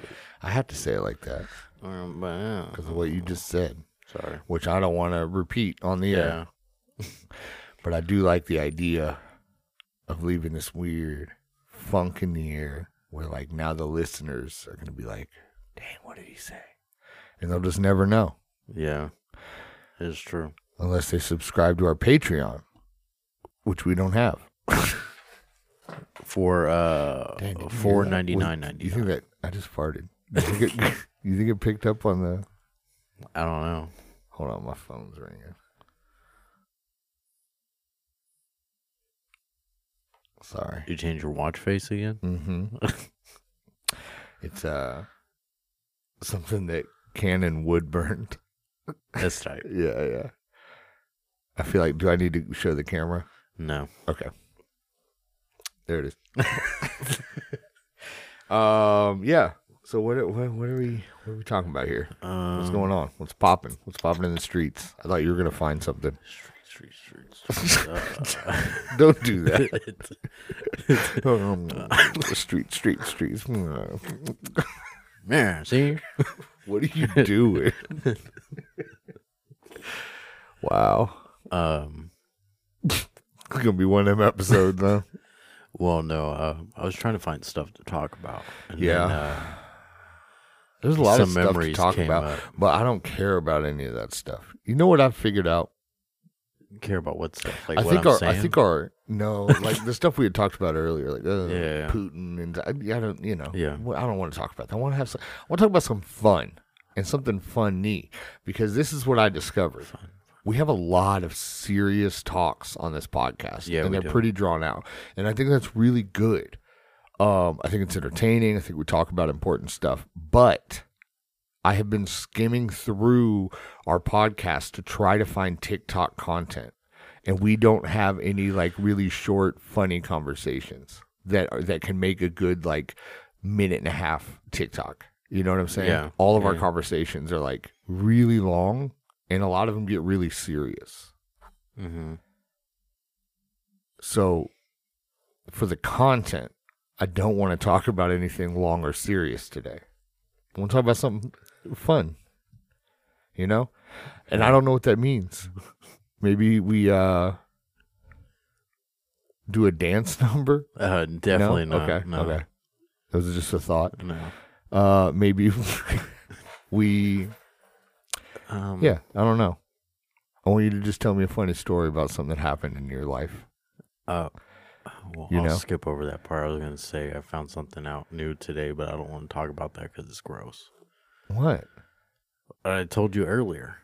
A: I have to say it like that
B: Um, but, yeah.
A: because of what you just said,
B: Sorry.
A: which I don't want to repeat on the air.
B: Yeah.
A: But I do like the idea of leaving this weird funk in the air where, like, now the listeners are going to be like, dang, what did he say? And they'll just never know
B: Yeah. It's true.
A: unless they subscribe to our Patreon, which we don't have.
B: For uh
A: Dang, did you hear that?
B: four ninety nine
A: Was-
B: ninety
A: You think
B: nine.
A: that I just farted? You think, it, you think it picked up on the?
B: I don't know.
A: Hold on, my phone's ringing. Sorry.
B: You change your watch face again?
A: Mm-hmm. it's uh something that Canon wood burned.
B: That's tight.
A: Yeah, yeah. I feel like, do I need to show the camera?
B: No.
A: Okay. There it is. um. Yeah. So what? are- What? What are we? What are we talking about here?
B: Um,
A: What's going on? What's popping? What's popping in the streets? I thought you were gonna find something.
B: Street, street, street. Uh,
A: Don't do that.
B: it's-
A: Um, street, street, streets. Mm.
B: man, see?
A: What are you doing? wow.
B: Um,
A: It's gonna be one of them episodes, though.
B: well, no, uh, I was trying to find stuff to talk about. And
A: Yeah.
B: Then, uh,
A: There's a lot of
B: Some
A: stuff to
B: memories
A: talk
B: came
A: about,
B: up.
A: but I don't care about any of that stuff. You know what I figured out?
B: care about what stuff, like
A: I
B: what
A: think
B: I'm
A: our,
B: saying.
A: I think our, no, like the stuff we had talked about earlier, like uh,
B: Yeah.
A: Putin and I, I don't, you know,
B: Yeah.
A: wh- I don't want to talk about that. I want to have some, I want to talk about some fun and something funny because this is what I discovered. We have a lot of serious talks on this podcast,
B: Yeah,
A: and
B: we
A: they're
B: do.
A: pretty drawn out, and I think that's really good. Um, I think it's entertaining. I think we talk about important stuff, but I have been skimming through our podcast to try to find TikTok content, and we don't have any like really short, funny conversations that are, that can make a good like minute and a half TikTok. You know what I'm saying?
B: Yeah.
A: All of our
B: Yeah.
A: conversations are like really long, and a lot of them get really serious.
B: hmm
A: So, for the content, I don't want to talk about anything long or serious today. I want to talk about something fun, you know? And I don't know what that means. Maybe we uh do a dance number?
B: Uh, definitely
A: no?
B: not.
A: Okay.
B: No.
A: Okay. That was just a thought.
B: No.
A: Uh maybe we
B: Um,
A: yeah, I don't know. I want you to just tell me a funny story about something that happened in your life.
B: Uh, well,
A: You
B: I'll
A: know?
B: skip over that part. I was going to say I found something out new today, but I don't want to talk about that because it's gross.
A: What?
B: I told you earlier.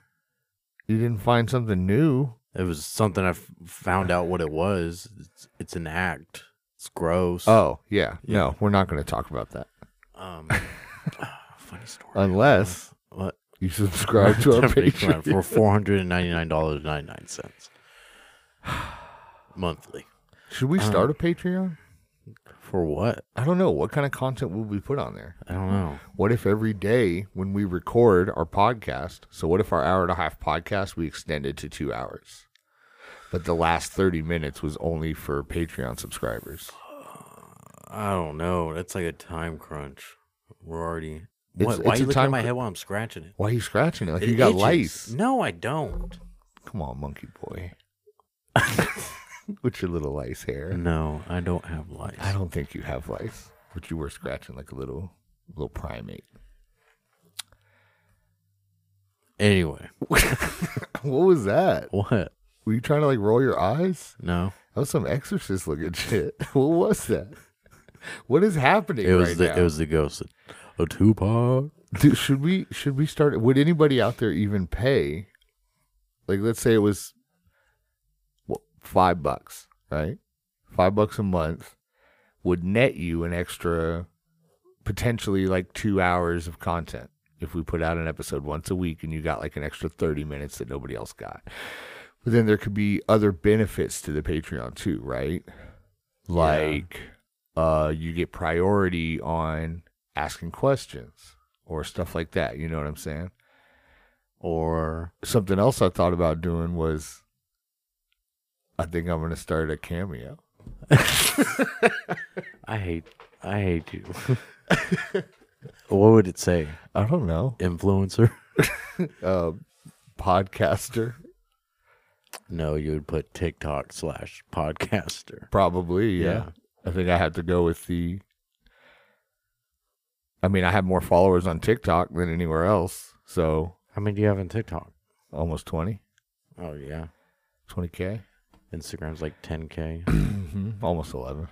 A: You didn't find something new?
B: It was something I f- found out what it was. It's, it's an act. It's gross.
A: Oh, yeah.
B: Yeah.
A: No, we're not going to talk about that.
B: Um, funny story.
A: Unless
B: What?
A: you subscribe to our Patreon.
B: for four hundred and ninety nine dollars and ninety nine cents monthly.
A: Should we start a
B: Uh-huh.
A: Patreon?
B: For what?
A: I don't know. What kind of content will we put on there?
B: I don't know.
A: What if every day when we record our podcast, so what if our hour and a half podcast we extended to two hours? But the last 30 minutes was only for Patreon subscribers.
B: I don't know. That's like a time crunch. We're already.
A: It's-
B: What, why
A: it's
B: are you
A: a
B: looking
A: time
B: at my
A: cr-
B: head while I'm scratching it?
A: Why are you scratching it? Like
B: It
A: you got
B: itches.
A: lice.
B: No, I don't.
A: Come on, monkey boy. With your little lice hair.
B: No, I don't have lice.
A: I don't think you have lice, but you were scratching like a little little primate.
B: Anyway,
A: What was that?
B: what?
A: Were you trying to like roll your eyes?
B: No,
A: That was some exorcist looking shit. What was that? What is happening
B: it was
A: right
B: the
A: now?
B: it was the ghost. of- of Tupac.
A: Dude, should we should we start? Would anybody out there even pay? Like, let's say it was what, five bucks, right? Five bucks a month would net you an extra, potentially like two hours of content if we put out an episode once a week and you got like an extra thirty minutes that nobody else got. But then there could be other benefits to the Patreon too, right? Like, uh, you get priority on asking questions or stuff like that. You know what I'm saying?
B: Or
A: Something else I thought about doing was I think I'm going to start a cameo.
B: I hate I hate you. What would it say?
A: I don't know.
B: Influencer?
A: Uh, podcaster,
B: No, you would put TikTok slash podcaster.
A: probably. Yeah. I think I had to go with the. I mean, I have more followers on TikTok than anywhere else. So
B: How many do you have on TikTok?
A: almost 20,
B: Oh yeah.
A: 20K,
B: Instagram's like 10k.
A: Mhm, almost 11.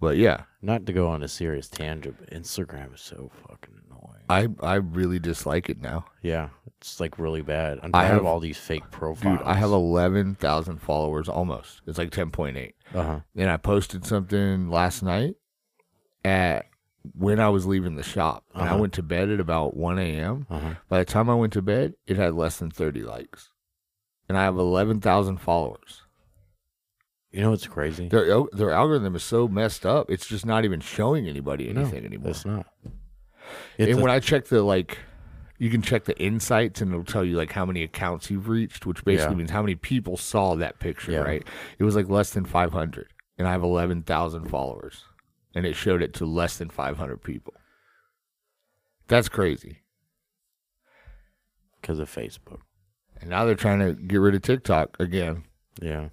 A: But yeah,
B: Not to go on a serious tangent, but Instagram is so fucking annoying.
A: I, I really dislike it now.
B: yeah, it's like really bad. I'm tired
A: have-
B: of all these fake profiles.
A: Dude, I have 11,000 followers almost. It's like 10.8.
B: uh-huh.
A: And I posted something last night at when I was leaving the shop. And I
B: Uh-huh.
A: went to bed at about 1 a.m.
B: Uh-huh.
A: By the time I went to bed, it had less than 30 likes. And I have 11,000 followers.
B: You know what's crazy?
A: Their, their algorithm is so messed up, it's just not even showing anybody
B: No,
A: anything anymore.
B: It's not. It's
A: And
B: a-
A: when I check the, like, you can check the insights and it'll tell you, like, how many accounts you've reached, which basically
B: Yeah.
A: means how many people saw that picture,
B: Yeah.
A: right? It was like less than 500. And I have 11,000 followers. And it showed it to less than 500 people. That's crazy.
B: because of Facebook.
A: And now they're trying to get rid of TikTok again.
B: Yeah.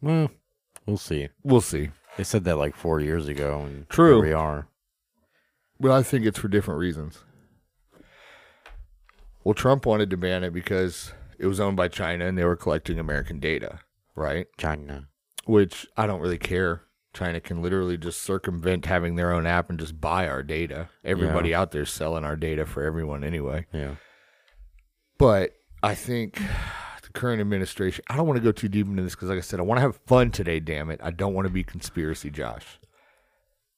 B: Well, we'll see.
A: We'll see.
B: They said that like four years ago, and here
A: True.
B: we are.
A: But I think it's for different reasons. Well, Trump wanted to ban it because it was owned by China and they were collecting American data, right?
B: China.
A: Which I don't really care. China can literally just circumvent having their own app and just buy our data. Everybody out there's selling our data for everyone anyway.
B: Yeah.
A: But I think the current administration, I don't want to go too deep into this because, like I said, I want to have fun today, damn it. I don't want to be conspiracy Josh.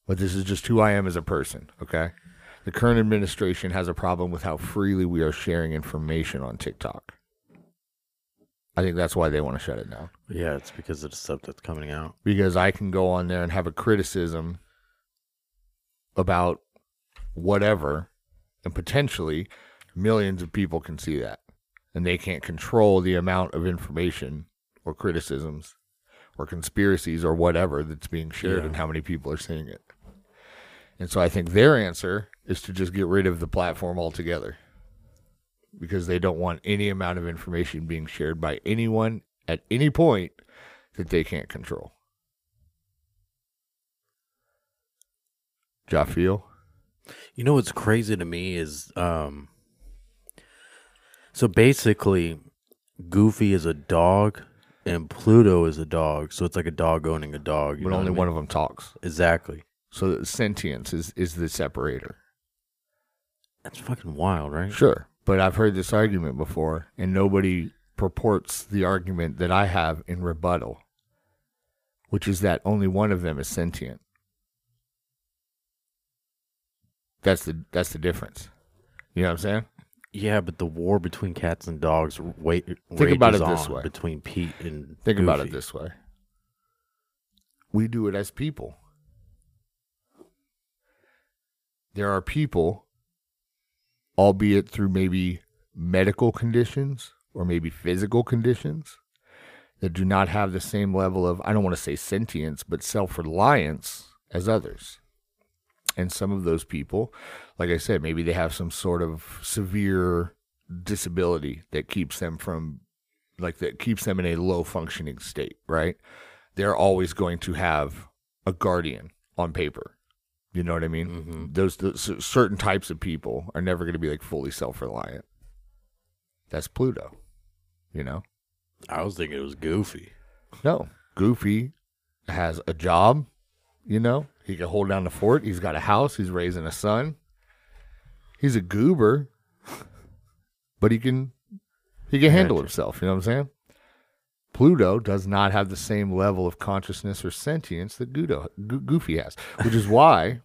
A: But this is just who I am as a person, okay? The current administration has a problem with how freely we are sharing information on TikTok. I think that's why they want to shut it down
B: Yeah, it's because of the stuff that's coming out.
A: because I can go on there and have a criticism about whatever, and potentially millions of people can see that. And they can't control the amount of information or criticisms or conspiracies or whatever that's being shared
B: Yeah.
A: and how many people are seeing it. And so I think their answer is to just get rid of the platform altogether because they don't want any amount of information being shared by anyone at any point that they can't control. Jafiel?
B: You know what's crazy to me is um so basically Goofy is a dog and Pluto is a dog. So it's like a dog owning a dog. you
A: But
B: know what
A: only
B: I mean?
A: one of them talks.
B: Exactly.
A: So sentience is, is the separator.
B: That's fucking wild, right?
A: Sure. But I've heard this argument before, and nobody purports the argument that I have in rebuttal, which is that only one of them is sentient. That's the that's the difference. You know what I'm saying?
B: Yeah, but the war between cats and dogs wait
A: Think about it
B: rages
A: this
B: on
A: way.
B: between Pete and
A: Think about it
B: Goofy.
A: this way. We do it as people. There are people, albeit through maybe medical conditions or maybe physical conditions, that do not have the same level of, I don't want to say sentience, but self reliance as others. And some of those people, like I said, maybe they have some sort of severe disability that keeps them from like that keeps them in a low functioning state, right? They're always going to have a guardian on paper. You know what I mean?
B: Mhm.
A: Those, those s- certain types of people are never going to be like fully self reliant. That's Pluto, you know?
B: I was thinking it was Goofy.
A: No, Goofy has a job, you know? He can hold down the fort. He's got a house. He's raising a son. He's a goober, but he can he can handle
B: Gotcha.
A: himself, you know what I'm saying? Pluto does not have the same level of consciousness or sentience that Gudo, Go- Goofy has, which is why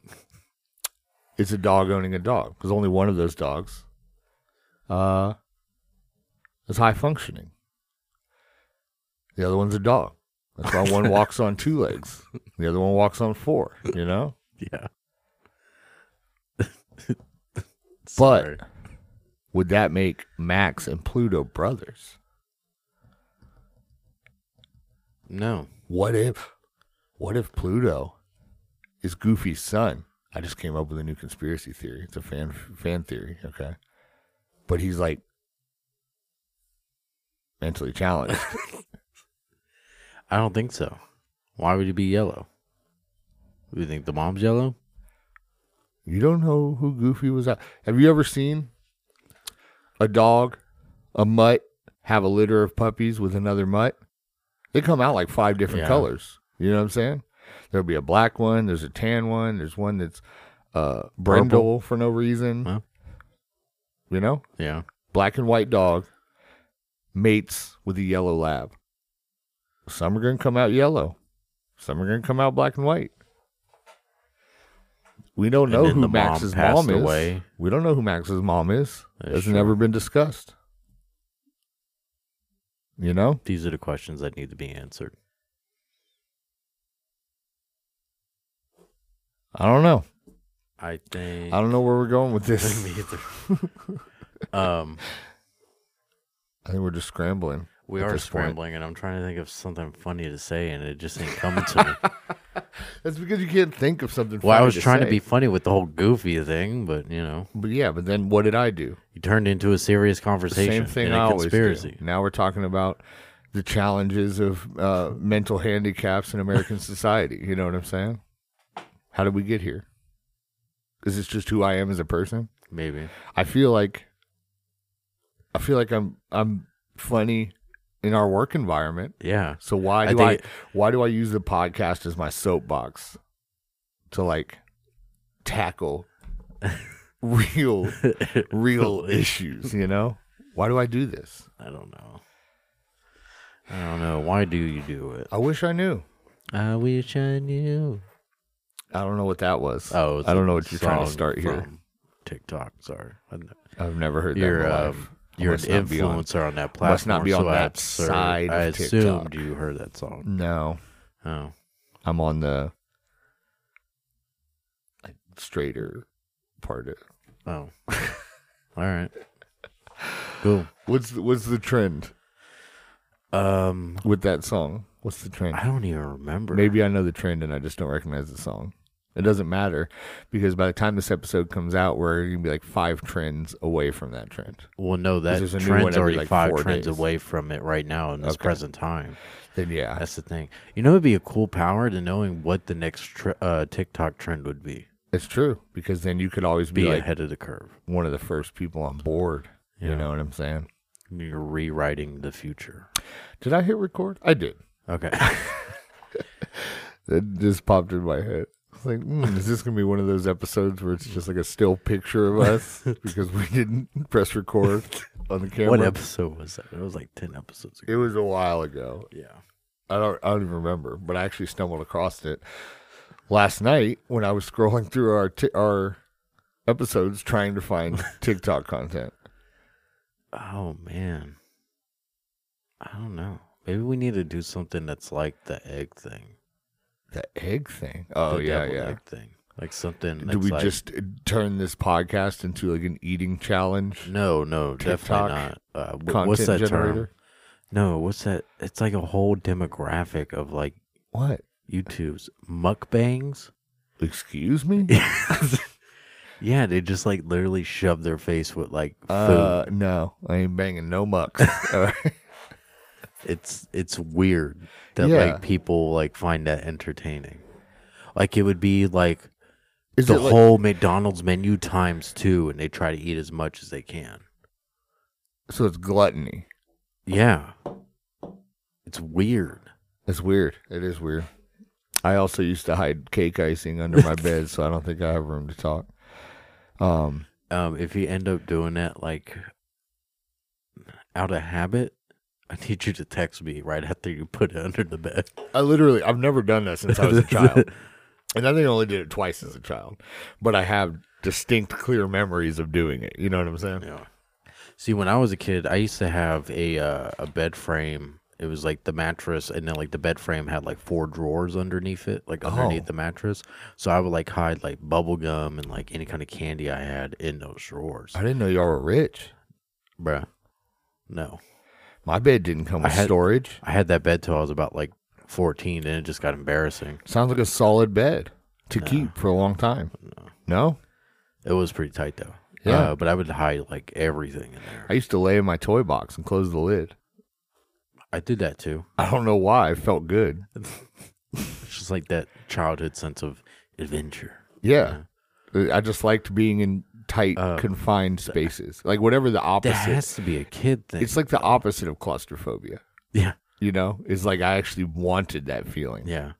A: it's a dog owning a dog because only one of those dogs uh, is high functioning. The other one's a dog. That's why one walks on two legs. The other one walks on four, you know?
B: Yeah.
A: But would that make Max and Pluto brothers?
B: no.
A: What if what if Pluto is Goofy's son I just came up with a new conspiracy theory. It's a fan fan theory, okay? But he's like mentally challenged.
B: I don't think so. Why would he be yellow? You think the mom's yellow?
A: you don't know who Goofy was at. Have you ever seen a dog, a mutt, have a litter of puppies with another mutt? They come out like five different
B: Yeah.
A: colors. You know what I'm saying? There'll be a black one, there's a tan one, there's one that's uh brindle for no reason.
B: Huh?
A: You know?
B: Yeah.
A: black and white dog mates with a yellow lab. Some are going to come out yellow. Some are going to come out black and white. We don't
B: And
A: know
B: then
A: who
B: the mom
A: Max's mom,
B: passed
A: is.
B: away.
A: We don't know who Max's mom is.
B: Yeah,
A: It's
B: sure.
A: never been discussed. You know?
B: These are the questions that need to be answered.
A: I don't know.
B: I think
A: I don't know where we're going with this.
B: Me either. um
A: I think we're just scrambling.
B: we
A: At
B: are
A: this point.
B: scrambling and I'm trying to think of something funny to say and it just ain't coming to me.
A: That's because you can't think of something.
B: Well, I
A: funny
B: was trying to
A: say.
B: be funny with the whole goofy thing, but you know,
A: But yeah, but then what did I do?
B: you turned into a serious
A: the
B: conversation.
A: same thing
B: and
A: I
B: a
A: always
B: conspiracy.
A: do. Now we're talking about the challenges of uh, mental handicaps in American society. You know what I'm saying? How did we get here? Is this just who I am as a person?
B: Maybe.
A: I feel like I feel like I'm I'm funny in our work environment.
B: Yeah.
A: So why
B: I
A: do I,
B: think-
A: why do I use the podcast as my soapbox to like tackle real
B: I
A: real issues, you know? Why do I do this?
B: don't know. I don't know. Why do you do it?
A: I wish I knew.
B: I wish I knew.
A: I don't know what that was.
B: Oh, it's
A: I don't
B: a
A: know what you're trying to
B: song
A: start here.
B: from TikTok. Sorry. I kn-
A: I've never heard that in
B: You're,
A: my
B: um,
A: life. I
B: you're an
A: must not be on-
B: influencer on that platform.
A: must not be on
B: so I
A: that
B: absurd-
A: side of
B: I assumed
A: TikTok.
B: you heard that song.
A: No,
B: Oh.
A: I'm on the like, straighter part of.
B: Oh. All right. Cool.
A: What's the, what's the trend
B: Um,
A: with that song? What's the trend?
B: I don't even remember.
A: Maybe I know the trend and I just don't recognize the song. It doesn't matter because by the time this episode comes out, we're gonna be like five trends away from that trend.
B: Well, no, that
A: there's a new one
B: trend's
A: every,
B: already
A: like,
B: five
A: four
B: trends
A: days.
B: away from it right now in this
A: Okay.
B: present time.
A: Then yeah,
B: That's the thing. You know, it'd be a cool power to knowing what the next tr uh, TikTok trend would be.
A: it's true because then you could always
B: Be
A: be like
B: ahead of the curve.
A: one of the first people on board. You
B: Yeah.
A: know what I'm saying?
B: You're rewriting the future.
A: Did I hit record? I did.
B: Okay.
A: That just popped in my head. I was like, hmm, is this gonna be one of those episodes where it's just like a still picture of us because we didn't press record on the camera?
B: what episode was that? It was like 10 episodes ago.
A: It was a while ago.
B: yeah.
A: I don't. I don't even remember. But I actually stumbled across it last night when I was scrolling through our t- our episodes trying to find TikTok content.
B: Oh, man. I don't know. Maybe we need to do something that's like the egg thing.
A: The egg thing. Oh
B: the
A: yeah,
B: deviled
A: yeah.
B: egg thing. Like something.
A: Do
B: that's
A: we
B: like-
A: just turn this podcast into like an eating challenge?
B: No, no,
A: TikTok
B: definitely not. Uh, wh-
A: Content
B: what's that
A: generator.
B: term? No, what's that? It's like a whole demographic of like
A: What?
B: YouTube's mukbangs.
A: Excuse me?
B: yeah, they just like literally shove their face with like food.
A: Uh, no, I ain't banging no mucks. All right.
B: it's it's weird that
A: Yeah.
B: like people like find that entertaining. Like it would be like
A: Is
B: the
A: it like-
B: whole McDonald's menu times two, and they try to eat as much as they can.
A: so it's gluttony.
B: Yeah, it's weird.
A: It's weird. It is weird. I also used to hide cake icing under my bed, so I don't think I have room to talk. Um,
B: um, if you end up doing that like out of habit, I need you to text me right after you put it under the bed.
A: I literally I've never done that since I was a child, and I think I only did it twice as a child, but I have distinct, clear memories of doing it. You know what I'm saying?
B: yeah. See, when I was a kid, I used to have a uh, a bed frame. It was like the mattress, and then like the bed frame had like four drawers underneath it, like underneath
A: Oh.
B: the mattress. So I would like hide like bubble gum and like any kind of candy I had in those drawers,
A: I didn't know y'all were rich.
B: bruh. No,
A: My bed didn't come
B: I
A: with
B: had-
A: storage.
B: I had that bed till I was about like fourteen, and it just got embarrassing.
A: Sounds like a solid bed. to
B: No.
A: keep for a long time.
B: No.
A: No,
B: It was pretty tight though.
A: Yeah.
B: Uh, but I would hide like everything in there.
A: I used to lay in my toy box and close the lid.
B: I did that too.
A: I don't know why. It felt good.
B: It's just like that childhood sense of adventure.
A: Yeah. I just liked being in tight,
B: Um,
A: confined spaces. Like whatever the
B: That
A: opposite.
B: has to be a kid thing.
A: It's like the opposite of claustrophobia.
B: yeah,
A: You know, it's like I actually wanted that feeling.
B: yeah.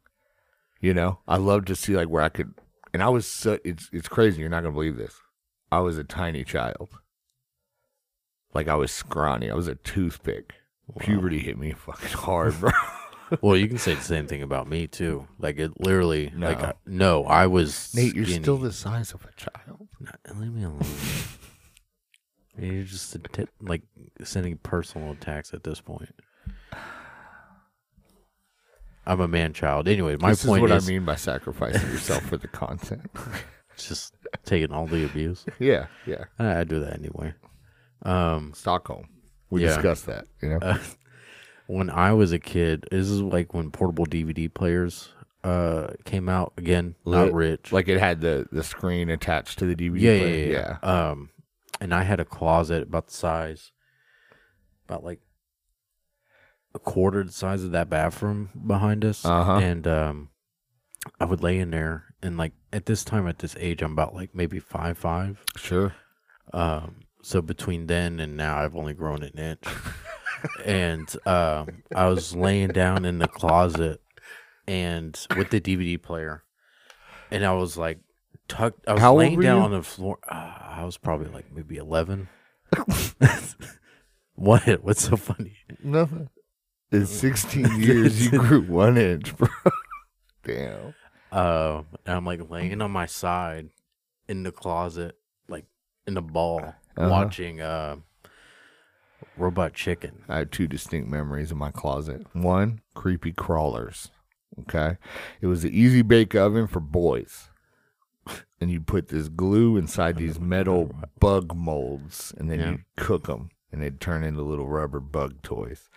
A: You know, I love to see like where I could, and I was so it's it's crazy. You're not gonna believe this. I was a tiny child. Like I was scrawny. I was a toothpick. Puberty hit me fucking hard, bro.
B: Well, you can say the same thing about me too. Like it literally.
A: No.
B: Like I, no, I was
A: Nate, you're
B: skinny.
A: still the size of a child.
B: No, leave me alone. You're just a tit- like sending personal attacks at this point. I'm a man child. Anyway, my
A: this
B: point
A: is what
B: is
A: I mean by sacrificing yourself for the content.
B: just taking all the abuse.
A: yeah, yeah.
B: I, I do that anyway. Um,
A: Stockholm. We
B: Yeah.
A: discussed that. You know,
B: when I was a kid, this is like when portable DVD players uh came out again.
A: Lit.
B: Not rich.
A: like it had the the screen attached to the DVD.
B: yeah, yeah,
A: player.
B: yeah, yeah. Um, and I had a closet about the size, about like a quarter the size of that bathroom behind us,
A: Uh-huh.
B: and um, I would lay in there and like at this time at this age I'm about like maybe five five.
A: Sure.
B: Um, so between then and now I've only grown an inch, and um, I was laying down in the closet and with the DVD player, and I was like tucked. I was
A: How old
B: laying
A: were
B: down
A: you?
B: on the floor. Uh, I was probably like maybe eleven. what? What's so funny?
A: Nothing. In 16 years, you grew one inch, bro. Damn.
B: Um, and I'm like laying on my side in the closet, like in the ball,
A: Uh-huh.
B: watching uh, Robot Chicken.
A: I have two distinct memories in my closet. One, creepy crawlers. Okay. It was the easy bake oven for boys. And you put this glue inside these metal bug molds, and then
B: Yeah.
A: you cook them, and they'd turn into little rubber bug toys.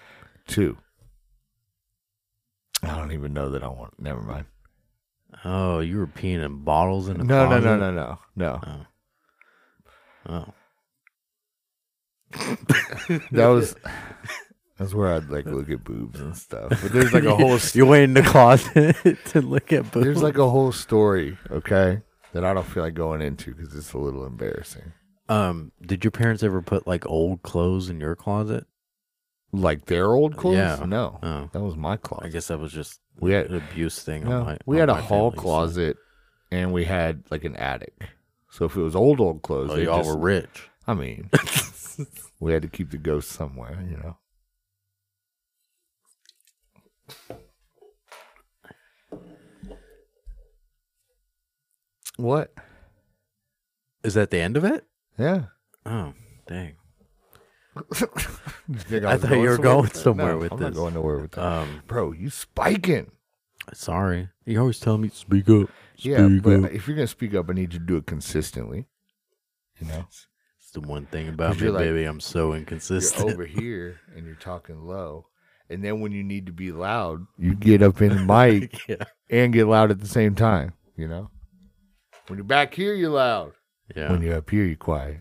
A: Two. I don't even know that I want. Never mind.
B: Oh, you were peeing in bottles in the
A: No, no,
B: closet?
A: no, no, no, no.
B: Oh.
A: That was that's where I'd like look at boobs and stuff. But there's like a whole st-
B: You're waiting in the closet to look at boobs.
A: there's like a whole story, okay, that I don't feel like going into because it's a little embarrassing.
B: um. Did your parents ever put like old clothes in your closet?
A: Like their old clothes?
B: Yeah.
A: No,
B: Oh,
A: that was my
B: I
A: closet.
B: guess that was just
A: We had
B: an abuse thing.
A: no,
B: on my,
A: we
B: on
A: had a
B: my
A: hall
B: family's side.
A: closet, and we had like an attic. So if it was old old clothes,
B: Oh,
A: they
B: y'all
A: just-
B: were rich.
A: I mean, we had to keep the ghosts somewhere, you know. What?
B: Is that the end of it?
A: Yeah.
B: Oh, dang.
A: You think
B: I
A: was
B: thought you were going somewhere
A: No,
B: with
A: I'm
B: this.
A: Not going nowhere with that,
B: Um,
A: bro. You spiking?
B: sorry. You always tell me speak up. Speak
A: Yeah, but
B: up.
A: if you're gonna speak up, I need you to do it consistently. You know,
B: It's the one thing about
A: 'Cause
B: me,
A: you're like-
B: baby. I'm so inconsistent.
A: you're over here and you're talking low, and then when you need to be loud, you get up in the mic
B: yeah.
A: and get loud at the same time. You know, when you're back here, you're loud.
B: Yeah.
A: When you're up here, you're quiet.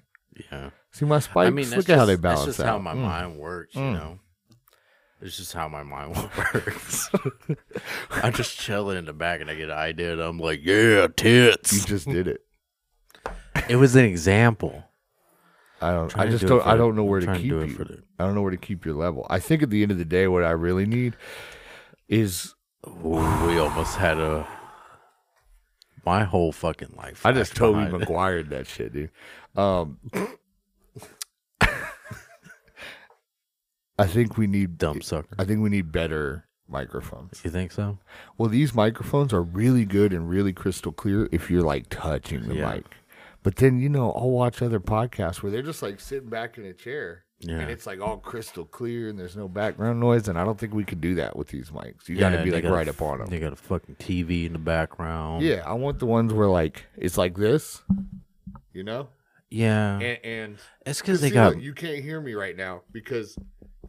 B: yeah.
A: See my spikes.
B: that's
A: Look at how
B: just-
A: they balance
B: That's just
A: out.
B: how my
A: Mm.
B: mind works,
A: Mm.
B: you know. It's just how my mind works. I just chill in the back and I get an idea, and I'm like, "Yeah,
A: You
B: tits."
A: just did it.
B: It was an example.
A: I don't. I
B: Trying to
A: just
B: do it
A: don't.
B: for
A: I
B: the-
A: don't know where to
B: trying
A: keep
B: do it
A: you.
B: for the-
A: I don't know where to keep your level. I think at the end of the day, what I really need is
B: Ooh, we almost had a. My whole fucking life.
A: I just
B: flashed
A: Toby
B: behind it.
A: McGuired that shit, dude. Um, I think we need.
B: dumb sucker.
A: I think we need better microphones.
B: You think so?
A: Well, these microphones are really good and really crystal clear if you're like touching the
B: Yeah.
A: mic. But then you know, I'll watch other podcasts where they're just like sitting back in a chair.
B: Yeah.
A: And it's like all crystal clear and there's no background noise. And I don't think we could do that with these mics. You got to
B: Yeah,
A: be
B: they
A: like
B: got a
A: right
B: f-
A: up on them.
B: They got a fucking TV in the background.
A: Yeah, I want the ones where like it's like this, you know,
B: Yeah.
A: and, and
B: it's because they
A: See,
B: got.
A: look, you can't hear me right now because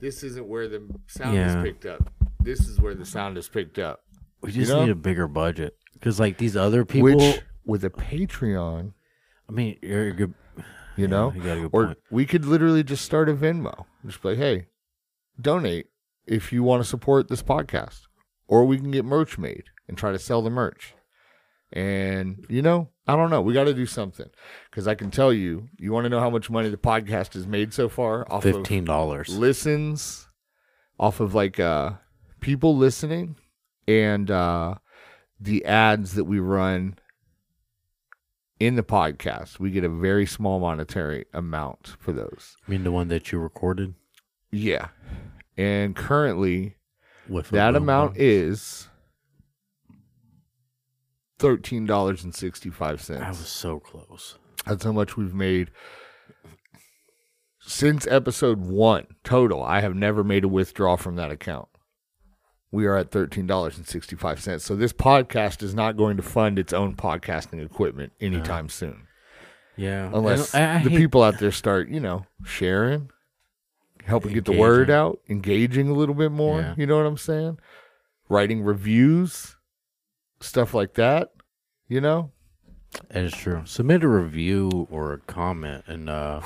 A: this isn't where the sound is
B: Yeah.
A: picked up. This is where the sound is picked up.
B: we just
A: know?
B: need a bigger budget. Because like these other people,
A: which with a Patreon,
B: I mean, you're a good.
A: you know,
B: you got a good
A: or
B: point.
A: we could literally just start a Venmo. Just be like, hey, donate if you want to support this podcast, or we can get merch made and try to sell the merch. And you know, I don't know. We got to do something because I can tell you. You want to know how much money the podcast has made so far? Off of
B: Fifteen dollars.
A: listens off of like uh people listening and uh the ads that we run in the podcast we get a very small monetary amount for those
B: I mean, the one that you recorded
A: yeah and currently
B: with
A: that
B: Obama.
A: amount is $13.65
B: I was so close.
A: That's how much we've made since episode one total. I have never made a withdrawal from that account. We are at $13.65. So this podcast is not going to fund its own podcasting equipment anytime soon.
B: Yeah,
A: Unless
B: And I, I
A: the
B: hate-
A: people out there start, you know, sharing, helping get the
B: Engaging.
A: word out, engaging a little bit more.
B: Yeah.
A: You know what I'm saying? Writing reviews, stuff like that. You know,
B: That is true. Submit a review or a comment, and uh,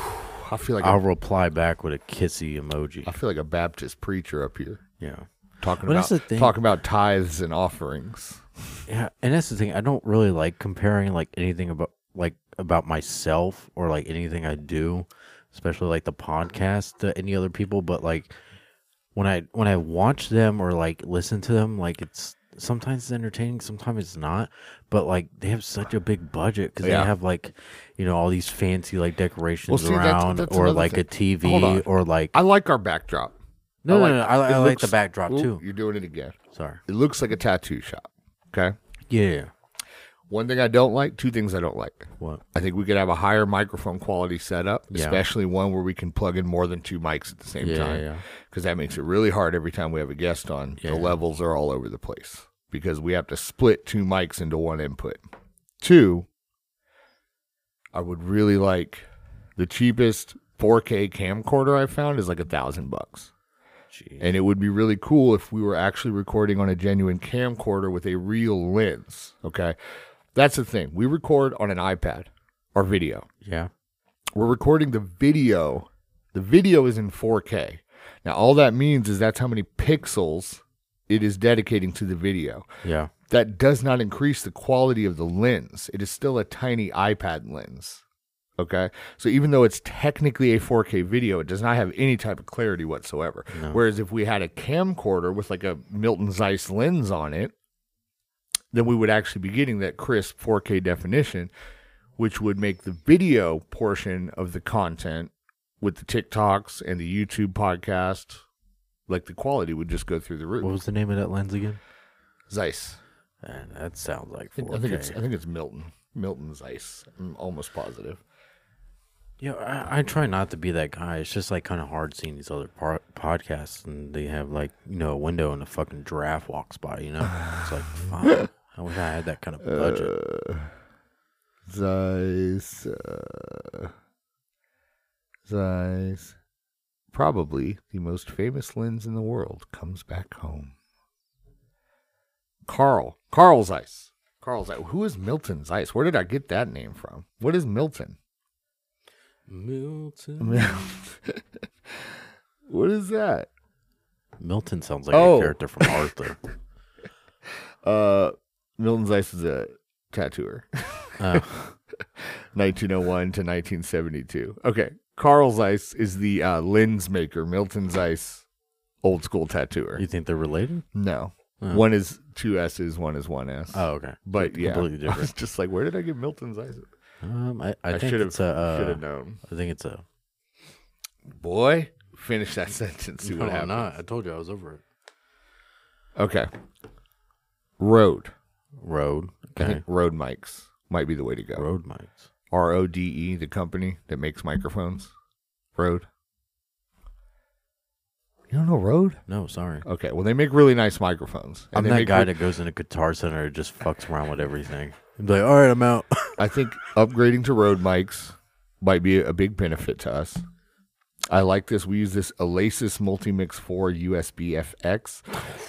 A: I feel like a- Uh,
B: I'll reply back with a kissy emoji.
A: I feel like a Baptist preacher up here.
B: Yeah,
A: talking
B: Well,
A: about
B: that's the thing.
A: talking about tithes and offerings.
B: yeah, and that's the thing. I don't really like comparing like anything about like about myself or like anything I do, especially like the podcast to any other people. But like when I when I watch them or like listen to them, like it's sometimes it's entertaining, sometimes it's not. But like they have such a big budget because
A: Yeah.
B: they have like you know all these fancy like decorations
A: see, that's-
B: around
A: that's
B: or
A: another
B: like
A: thing.
B: a
A: Hold on.
B: TV or like
A: I like our backdrop.
B: No,
A: I
B: no, no. I, li-
A: it
B: I like
A: looks-
B: the backdrop
A: Ooh,
B: too.
A: You're doing it again.
B: Sorry.
A: It looks like a tattoo shop. Okay.
B: Yeah.
A: One thing I don't like. Two things I don't like.
B: What?
A: I think we could have a higher microphone quality setup,
B: Yeah.
A: especially one where we can plug in more than two mics at the same
B: Yeah,
A: time,
B: yeah.
A: because that makes it really hard every time we have a guest on.
B: Yeah.
A: The levels are all over the place because we have to split two mics into one input. Two, I would really like the cheapest 4K camcorder I found is like a thousand bucks.
B: Jeez.
A: And it would be really cool if we were actually recording on a genuine camcorder with a real lens. Okay. That's the thing. We record on an iPad our video.
B: Yeah.
A: We're recording the video. The video is in 4K. Now, all that means is that's how many pixels it is dedicating to the video.
B: Yeah.
A: That does not increase the quality of the lens. It is still a tiny iPad lens. Okay. So even though it's technically a 4K video, it does not have any type of clarity whatsoever.
B: No.
A: Whereas if we had a camcorder with like a Milton Zeiss lens on it, then we would actually be getting that crisp 4K definition, which would make the video portion of the content with the TikToks and the YouTube podcast, like the quality would just go through the
B: What
A: roof.
B: was the name of that lens again?
A: Zeiss.
B: And that sounds like
A: I
B: 4K.
A: think- I think it's I think it's Milton. Milton's ice. I'm almost positive.
B: yeah, I, I try not to be that guy. It's just like kind of hard seeing these other par- podcasts and they have like you know a window and a fucking giraffe walks by. You know, it's like fuck. I wish I had that kind of budget.
A: Uh, Zeiss. Uh, Zeiss. Probably the most famous lens in the world comes back home. Carl. Carl Zeiss. Carl Zeiss. Who is Milton Zeiss? Where did I get that name from? What is Milton?
B: Milton.
A: what is that?
B: Milton sounds like
A: Oh.
B: a character from Arthur.
A: Uh, Milton Zeiss is a tattooer.
B: Oh.
A: 1901 to 1972. Okay. Carl Zeiss is the uh, lens maker, Milton Zeiss, old school tattooer.
B: you think they're related?
A: No.
B: Oh.
A: One is two S's, one is one S.
B: Oh, okay.
A: but yeah.
B: completely
A: I was
B: different.
A: just like, where did I get Milton Zeiss?
B: Um, I, I,
A: I
B: think
A: should've-
B: it's a.
A: Should have
B: Uh,
A: known.
B: I think it's a.
A: Boy, finish that sentence. See
B: No,
A: what happens.
B: I'm not. I told you I was over it.
A: Okay. Road.
B: Road.
A: I
B: Okay.
A: think road mics might be the way to go.
B: Road mics.
A: R O D E, the company that makes microphones. Road. You don't know Road?
B: No, sorry.
A: Okay, well, they make really nice microphones. And
B: I'm
A: they
B: that
A: make
B: guy
A: re-
B: that goes in a guitar center and just fucks around with everything. I'm like, all right, I'm out.
A: I think upgrading to road mics might be a big benefit to us. I like this. We use this Elasis Multimix 4 USB FX.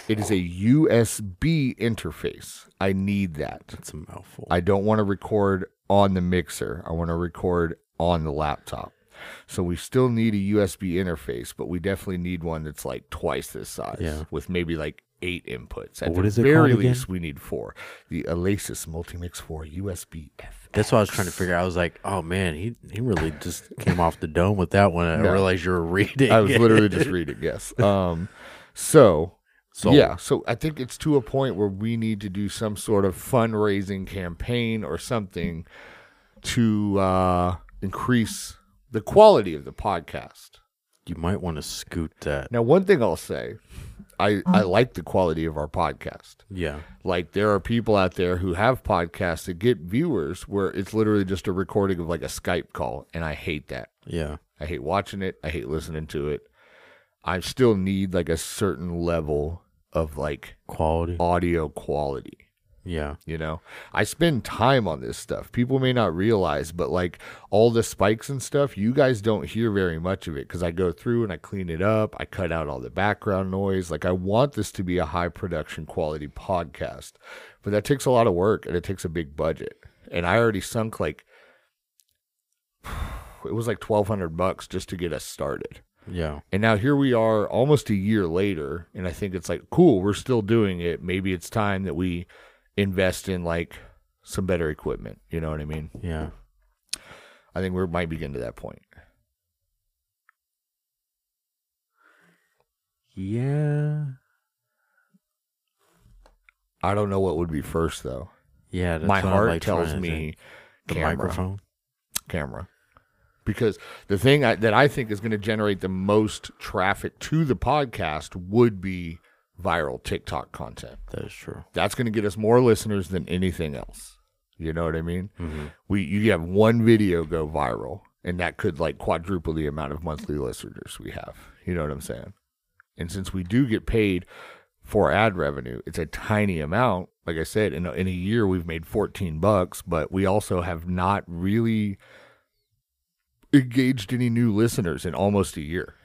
A: It is a USB interface. I need that.
B: That's a mouthful.
A: I don't want to record on the mixer. I want to record on the laptop. So we still need a USB interface, but we definitely need one that's like twice this size
B: Yeah.
A: with maybe like eight inputs.
B: What
A: the
B: is it
A: very
B: called again?
A: least, we need four. The Elasis Multimix 4 USB F.
B: That's what I was trying to figure out. I was like, oh man, he, he really just came off the dome with that one. I
A: No.
B: realized you were reading.
A: I was literally just
B: it.
A: reading, yes. Um, so
B: So,
A: Yeah, so I think it's to a point where we need to do some sort of fundraising campaign or something to uh, increase the quality of the podcast.
B: You might want to scoot that.
A: Now, one thing I'll say, I I like the quality of our podcast.
B: Yeah.
A: Like there are people out there who have podcasts that get viewers where it's literally just a recording of like a Skype call, and I hate that.
B: Yeah.
A: I hate watching it. I hate listening to it. I still need like a certain level of like
B: Quality.
A: audio quality.
B: Yeah.
A: You know, I spend time on this stuff. People may not realize, but like all the spikes and stuff, you guys don't hear very much of it because I go through and I clean it up. I cut out all the background noise. Like, I want this to be a high production quality podcast, but that takes a lot of work and it takes a big budget. And I already sunk like, it was like 1200 bucks just to get us started.
B: Yeah.
A: And now here we are almost a year later. And I think it's like, cool, we're still doing it. Maybe it's time that we invest in like some better equipment. You know what I mean?
B: Yeah.
A: I think we might be getting to that point.
B: Yeah.
A: I don't know what would be first though.
B: Yeah. That's
A: My
B: what I'm,
A: heart
B: like,
A: tells
B: trying to
A: me
B: think. the
A: camera,
B: microphone.
A: camera. Because the thing I, that I think is going to generate the most traffic to the podcast would be viral TikTok content.
B: That is true.
A: That's going to get us more listeners than anything else. You know what I mean?
B: hmm
A: we you have one video go viral and that could like quadruple the amount of monthly listeners we have you know what i'm saying and since we do get paid for ad revenue it's a tiny amount like i said in a, in a year we've made 14 bucks but we also have not really engaged any new listeners in almost a year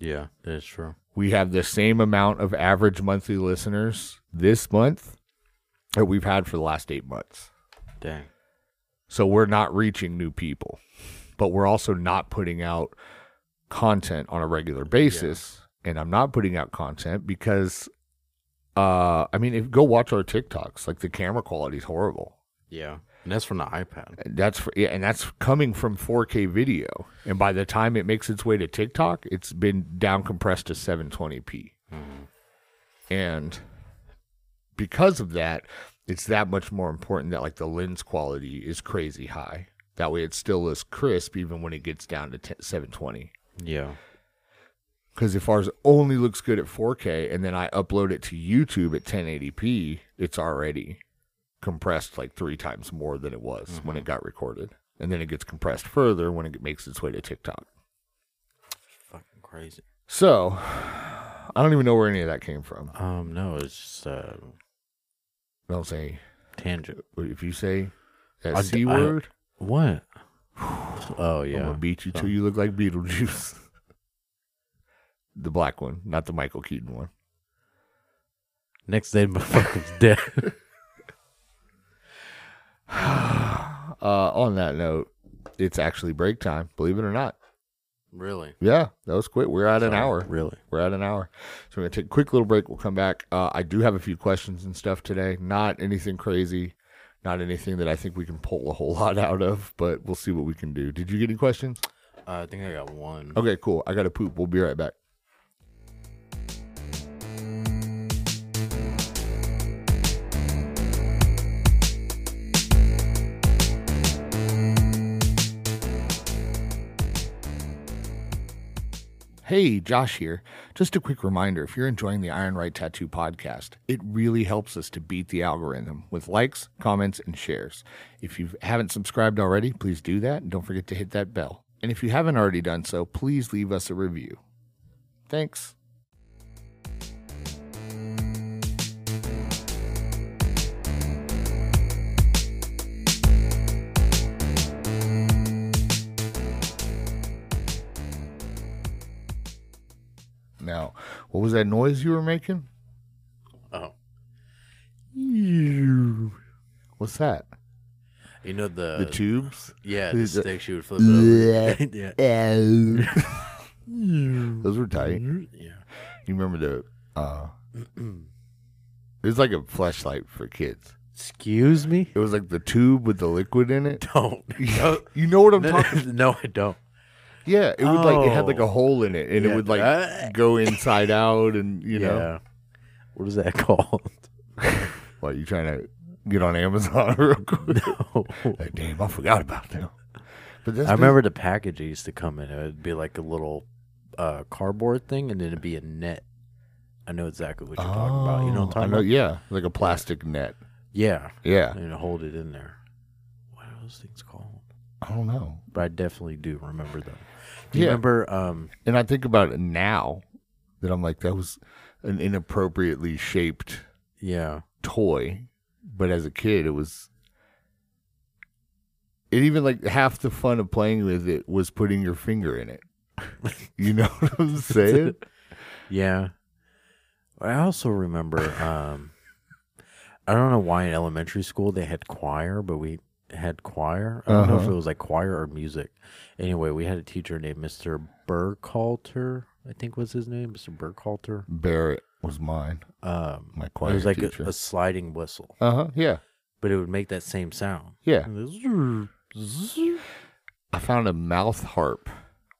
B: Yeah. That is true.
A: we have the same amount of average monthly listeners this month that we've had for the last 8 months
B: Dang.
A: so we're not reaching new people, but we're also not putting out content on a regular basis. And I'm not putting out content because, uh, I mean, if go watch our TikToks, like the camera quality is horrible.
B: Yeah. And that's from the iPad.
A: And That's for, yeah, and that's coming from 4K video. And by the time it makes its way to TikTok, it's been down compressed to 720p. And because of that, it's that much more important that like the lens quality is crazy high. That way, it still is crisp even when it gets down to 10, 720.
B: Yeah.
A: Because if ours only looks good at 4K and then I upload it to YouTube at 1080p, it's already compressed like three times more than it was
B: Mm-hmm.
A: when it got recorded. And then it gets compressed further when it makes its way to TikTok.
B: Fucking crazy.
A: So I don't even know where any of that came from.
B: Um. No, it's just uh,
A: Don't say,
B: tangent.
A: if you say that
B: I-
A: C
B: I-
A: word,
B: What? oh
A: I'm
B: yeah.
A: going to beat you till you look like Beetlejuice. the black one, not the Michael Keaton one.
B: Next day, my fucker's dead.
A: Uh, on that note, it's actually break time, believe it or not.
B: really?
A: Yeah, that was quick. We're at an hour.
B: Really?
A: We're at an hour. So we're going to take a quick little break. We'll come back. Uh, I do have a few questions and stuff today. Not anything crazy, not anything that I think we can pull a whole lot out of, but we'll see what we can do. Did you get any questions?
B: Uh, I think I got one.
A: Okay, cool. I got to poop. We'll be right back. Hey, Josh here. Just a quick reminder if you're enjoying the Iron Right Tattoo podcast, it really helps us to beat the algorithm with likes, comments, and shares. If you haven't subscribed already, please do that and don't forget to hit that bell. And if you haven't already done so, please leave us a review. Thanks. Now, what was that noise you were making?
B: Oh.
A: What's that?
B: You know the,
A: the tubes?
B: yeah
A: the-
B: the
A: the-
B: stick she would flip it over. yeah.
A: Those
B: Those
A: were tight.
B: Yeah.
A: You remember the uh it was like a flashlight for kids.
B: Excuse me?
A: It was like the tube with the liquid in it.
B: Don't. No,
A: you know what I'm
B: no,
A: talking
B: no, I don't.
A: Yeah, it would like it had like a
B: Oh.
A: hole in it and it
B: Yeah.
A: would like
B: Ah.
A: go inside out and you know
B: Yeah. What is that called?
A: what you trying to get on Amazon real quick.
B: No.
A: Like, damn, I forgot about them. But that's
B: I remember the package used to come in. It would be like a little uh, cardboard thing, and then it'd be a net. I know exactly what you're talking about. You know what I'm
A: Oh, I
B: talking
A: know,
B: about?
A: Yeah, like a plastic net.
B: Yeah.
A: Yeah,
B: And hold it in there. What are those things called?
A: I don't know.
B: But I definitely do remember them. Do you
A: Yeah.
B: remember? Um,
A: And I think about it now that I'm like that was an inappropriately shaped
B: yeah.
A: toy, but as a kid it was. It even like half the fun of playing with it was putting your finger in it. You know what I'm saying?
B: Yeah. I also remember um I don't know why in elementary school they had choir, but we had choir. I don't know if
A: Uh-huh.
B: it was like choir or music. Anyway, we had a teacher named Mr. Burkhalter, I think was his name, Mr. Burkhalter.
A: Barrett was mine,
B: Um
A: my
B: it
A: choir
B: was like a,
A: teacher.
B: a sliding whistle,
A: uh huh. Yeah,
B: but it would make that same sound. Uh-huh.
A: yeah.
B: Really?
A: I found a mouth harp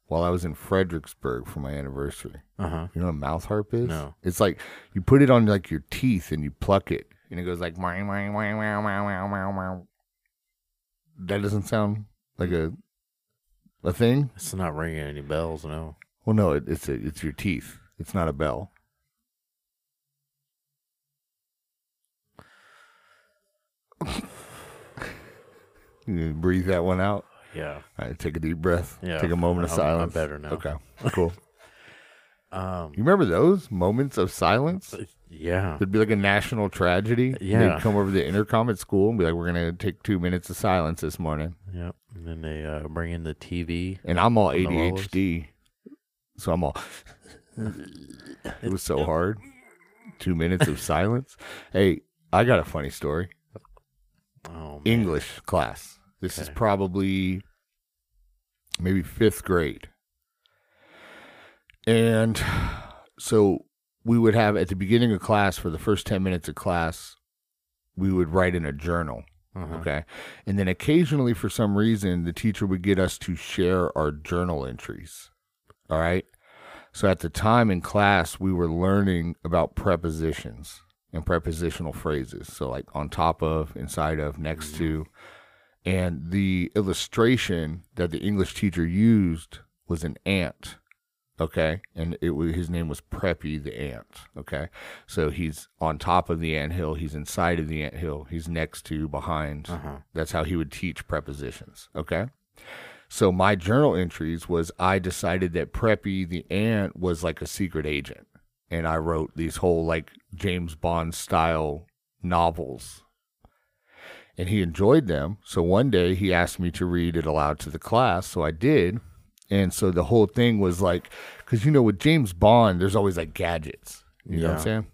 A: while I was in Fredericksburg for my anniversary.
B: Uh-huh.
A: You know what a mouth harp is?
B: No.
A: It's like you put it on like your teeth and you pluck it, and it goes like. "Wah, wah, wah, wah, wah, wah, wah, wah." That doesn't sound like a a thing.
B: It's not ringing any bells, no.
A: Well, no, it, it's a, it's your teeth. It's not a bell. you gonna breathe that one out.
B: Yeah.
A: All right, take a deep breath.
B: Yeah.
A: Take a moment of
B: I'm- I'm
A: silence.
B: better now.
A: Okay, cool.
B: Um
A: You remember those moments of silence?
B: yeah.
A: There'd be like a national tragedy.
B: Yeah.
A: They'd come over the intercom at school and be like, we're going to take two minutes of silence this morning.
B: Yeah. And then they uh, bring in the TV.
A: And I'm all
B: On the lows.
A: ADHD. So I'm all, it was so hard. Two minutes of silence. Hey, I got a funny story.
B: Oh, man.
A: English class. This is
B: Okay.
A: probably maybe fifth grade. And so we would have at the beginning of class, for the first 10 minutes of class, we would write in a journal.
B: Uh-huh.
A: Okay. And then occasionally, for some reason, the teacher would get us to share our journal entries. All right. So at the time in class, we were learning about prepositions and prepositional phrases. So, like on top of, inside of, next to. And the illustration that the English teacher used was an ant. Okay. And it was, his name was Preppy the ant. Okay. So he's on top of the anthill. He's inside of the anthill. He's next to, behind.
B: Uh-huh.
A: That's how he would teach prepositions. Okay. So my journal entries was I decided that Preppy the ant was like a secret agent. And I wrote these whole like James Bond style novels. And he enjoyed them. So one day he asked me to read it aloud to the class. So I did. And so the whole thing was like, because you know, with James Bond, there's always like gadgets. You know what I'm
B: Yeah.
A: saying?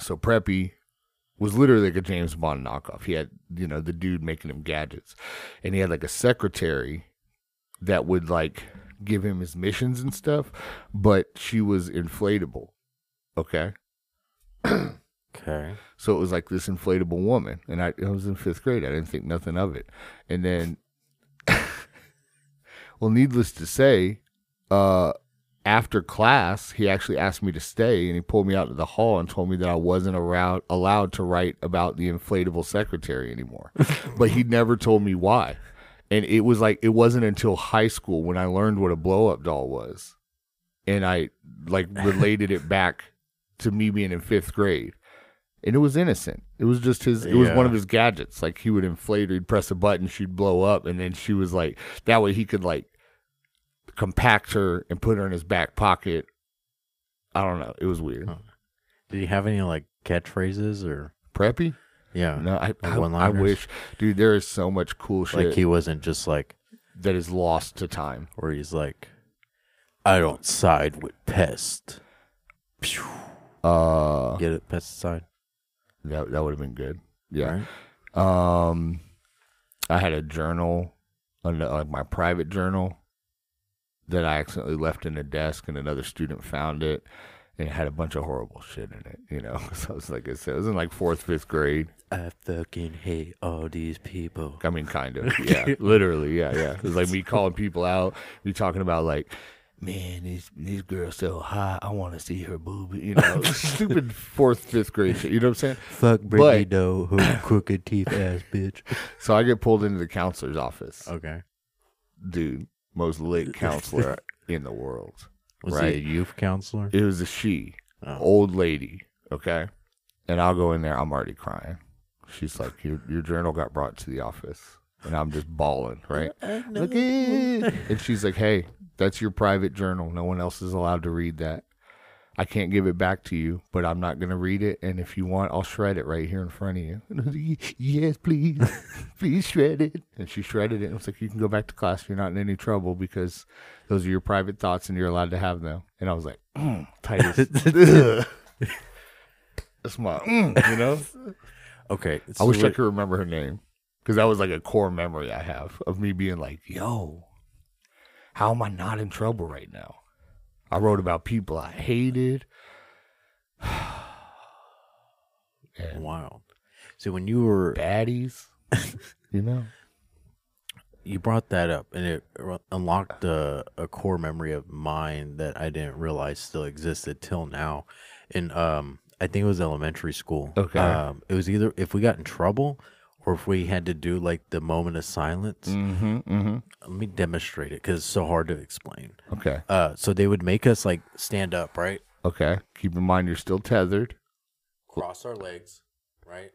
A: So Preppy was literally like a James Bond knockoff. He had, you know, the dude making him gadgets. And he had like a secretary that would like give him his missions and stuff, but she was inflatable. Okay.
B: Okay.
A: So it was like this inflatable woman. And I, I was in fifth grade. I didn't think nothing of it. And then, well, needless to say, uh, after class, he actually asked me to stay and he pulled me out to the hall and told me that I wasn't around, allowed to write about the inflatable secretary anymore. but he never told me why. And it was like, it wasn't until high school when I learned what a blow up doll was. And I like related it back to me being in fifth grade. And it was innocent. It was just his, it was
B: Yeah.
A: one of his gadgets. Like he would inflate her, he'd press a button, she'd blow up. And then she was like, that way he could like compact her and put her in his back pocket. I don't know. It was weird.
B: Huh. Did you have any like catchphrases or
A: Preppy?
B: yeah?
A: No, I, I, I
B: one-liners?
A: wish, dude. There is so much cool
B: like
A: shit
B: he wasn't just like
A: that is lost to time.
B: where he's like, I don't side with pest.
A: Uh,
B: Get it pesticide.
A: that that would have been good. Yeah.
B: Right?
A: Um, I had a journal, an- uh, my private journal, that I accidentally left in a desk, and another student found it, and it had a bunch of horrible shit in it. You know, so I was like, I said, it was in like fourth, fifth grade.
B: I fucking hate all these people.
A: I mean, kind of, yeah, literally, yeah, yeah. It was like me calling people out, me talking about like. Man, this this girl's so hot. I want to see her boob. You know, stupid fourth, fifth grade shit. You know what I'm saying?
B: Fuck
A: Brittany
B: Doe, her crooked teeth ass bitch.
A: So I get pulled into the counselor's office.
B: Okay.
A: dude, most lit counselor in the world.
B: Was
A: Right.
B: he a youth counselor?
A: It was a she,
B: Oh.
A: old lady, okay? And I'll go in there, I'm already crying. She's like, Your your journal got brought to the office. And I'm just bawling, right? Look at- and she's like, Hey, that's your private journal. No one else is allowed to read that. I can't give it back to you, but I'm not gonna read it. And if you want, I'll shred it right here in front of you. And I was like, "Y- yes, please, please shred it. And she shredded it. And I was like, you can go back to class. You're not in any trouble because those are your private thoughts, and you're allowed to have them. And I was like, mm, Titus, ugh. that's my, mm, you know.
B: Okay.
A: I
B: so
A: wish I
B: wait-
A: could remember her name because that was like a core memory I have of me being like, yo, how am I not in trouble right now? I wrote about people I hated. and
B: Wild. So when you were
A: baddies, you know?
B: you brought that up and it r- unlocked a, a core memory of mine that I didn't realize still existed till now. And um, I think it was elementary school.
A: Okay.
B: Um, it was either if we got in trouble or if we had to do like the moment of silence.
A: Mm-hmm, mm-hmm.
B: Let me demonstrate it because it's so hard to explain.
A: Okay,
B: Uh, so they would make us like stand up, right?
A: okay. Keep in mind you're still tethered.
B: Cross our legs, right?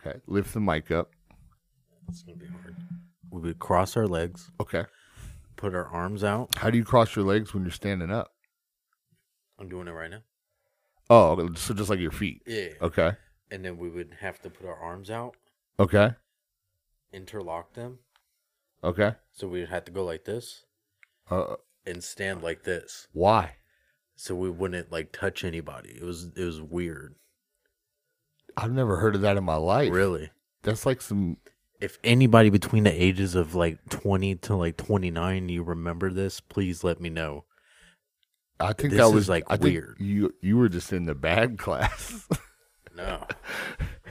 A: Okay, lift the mic up.
B: It's gonna be hard. We would cross our legs,
A: Okay.
B: put our arms out.
A: How do you cross your legs when you're standing up?
B: I'm doing it right now.
A: Oh, so just like your feet.
B: Yeah.
A: Okay,
B: And then we would have to put our arms out,
A: okay,
B: interlock them.
A: okay.
B: So we'd have to go like this
A: Uh,
B: and stand like this.
A: why?
B: So we wouldn't like touch anybody. It was it was weird.
A: I've never heard of that in my life.
B: Really.
A: That's like some
B: If anybody between the ages of like 20 to like 29 you remember this, please let me know.
A: I think
B: This
A: that
B: is,
A: was
B: like,
A: I think
B: weird.
A: You you were just in the bad class.
B: No.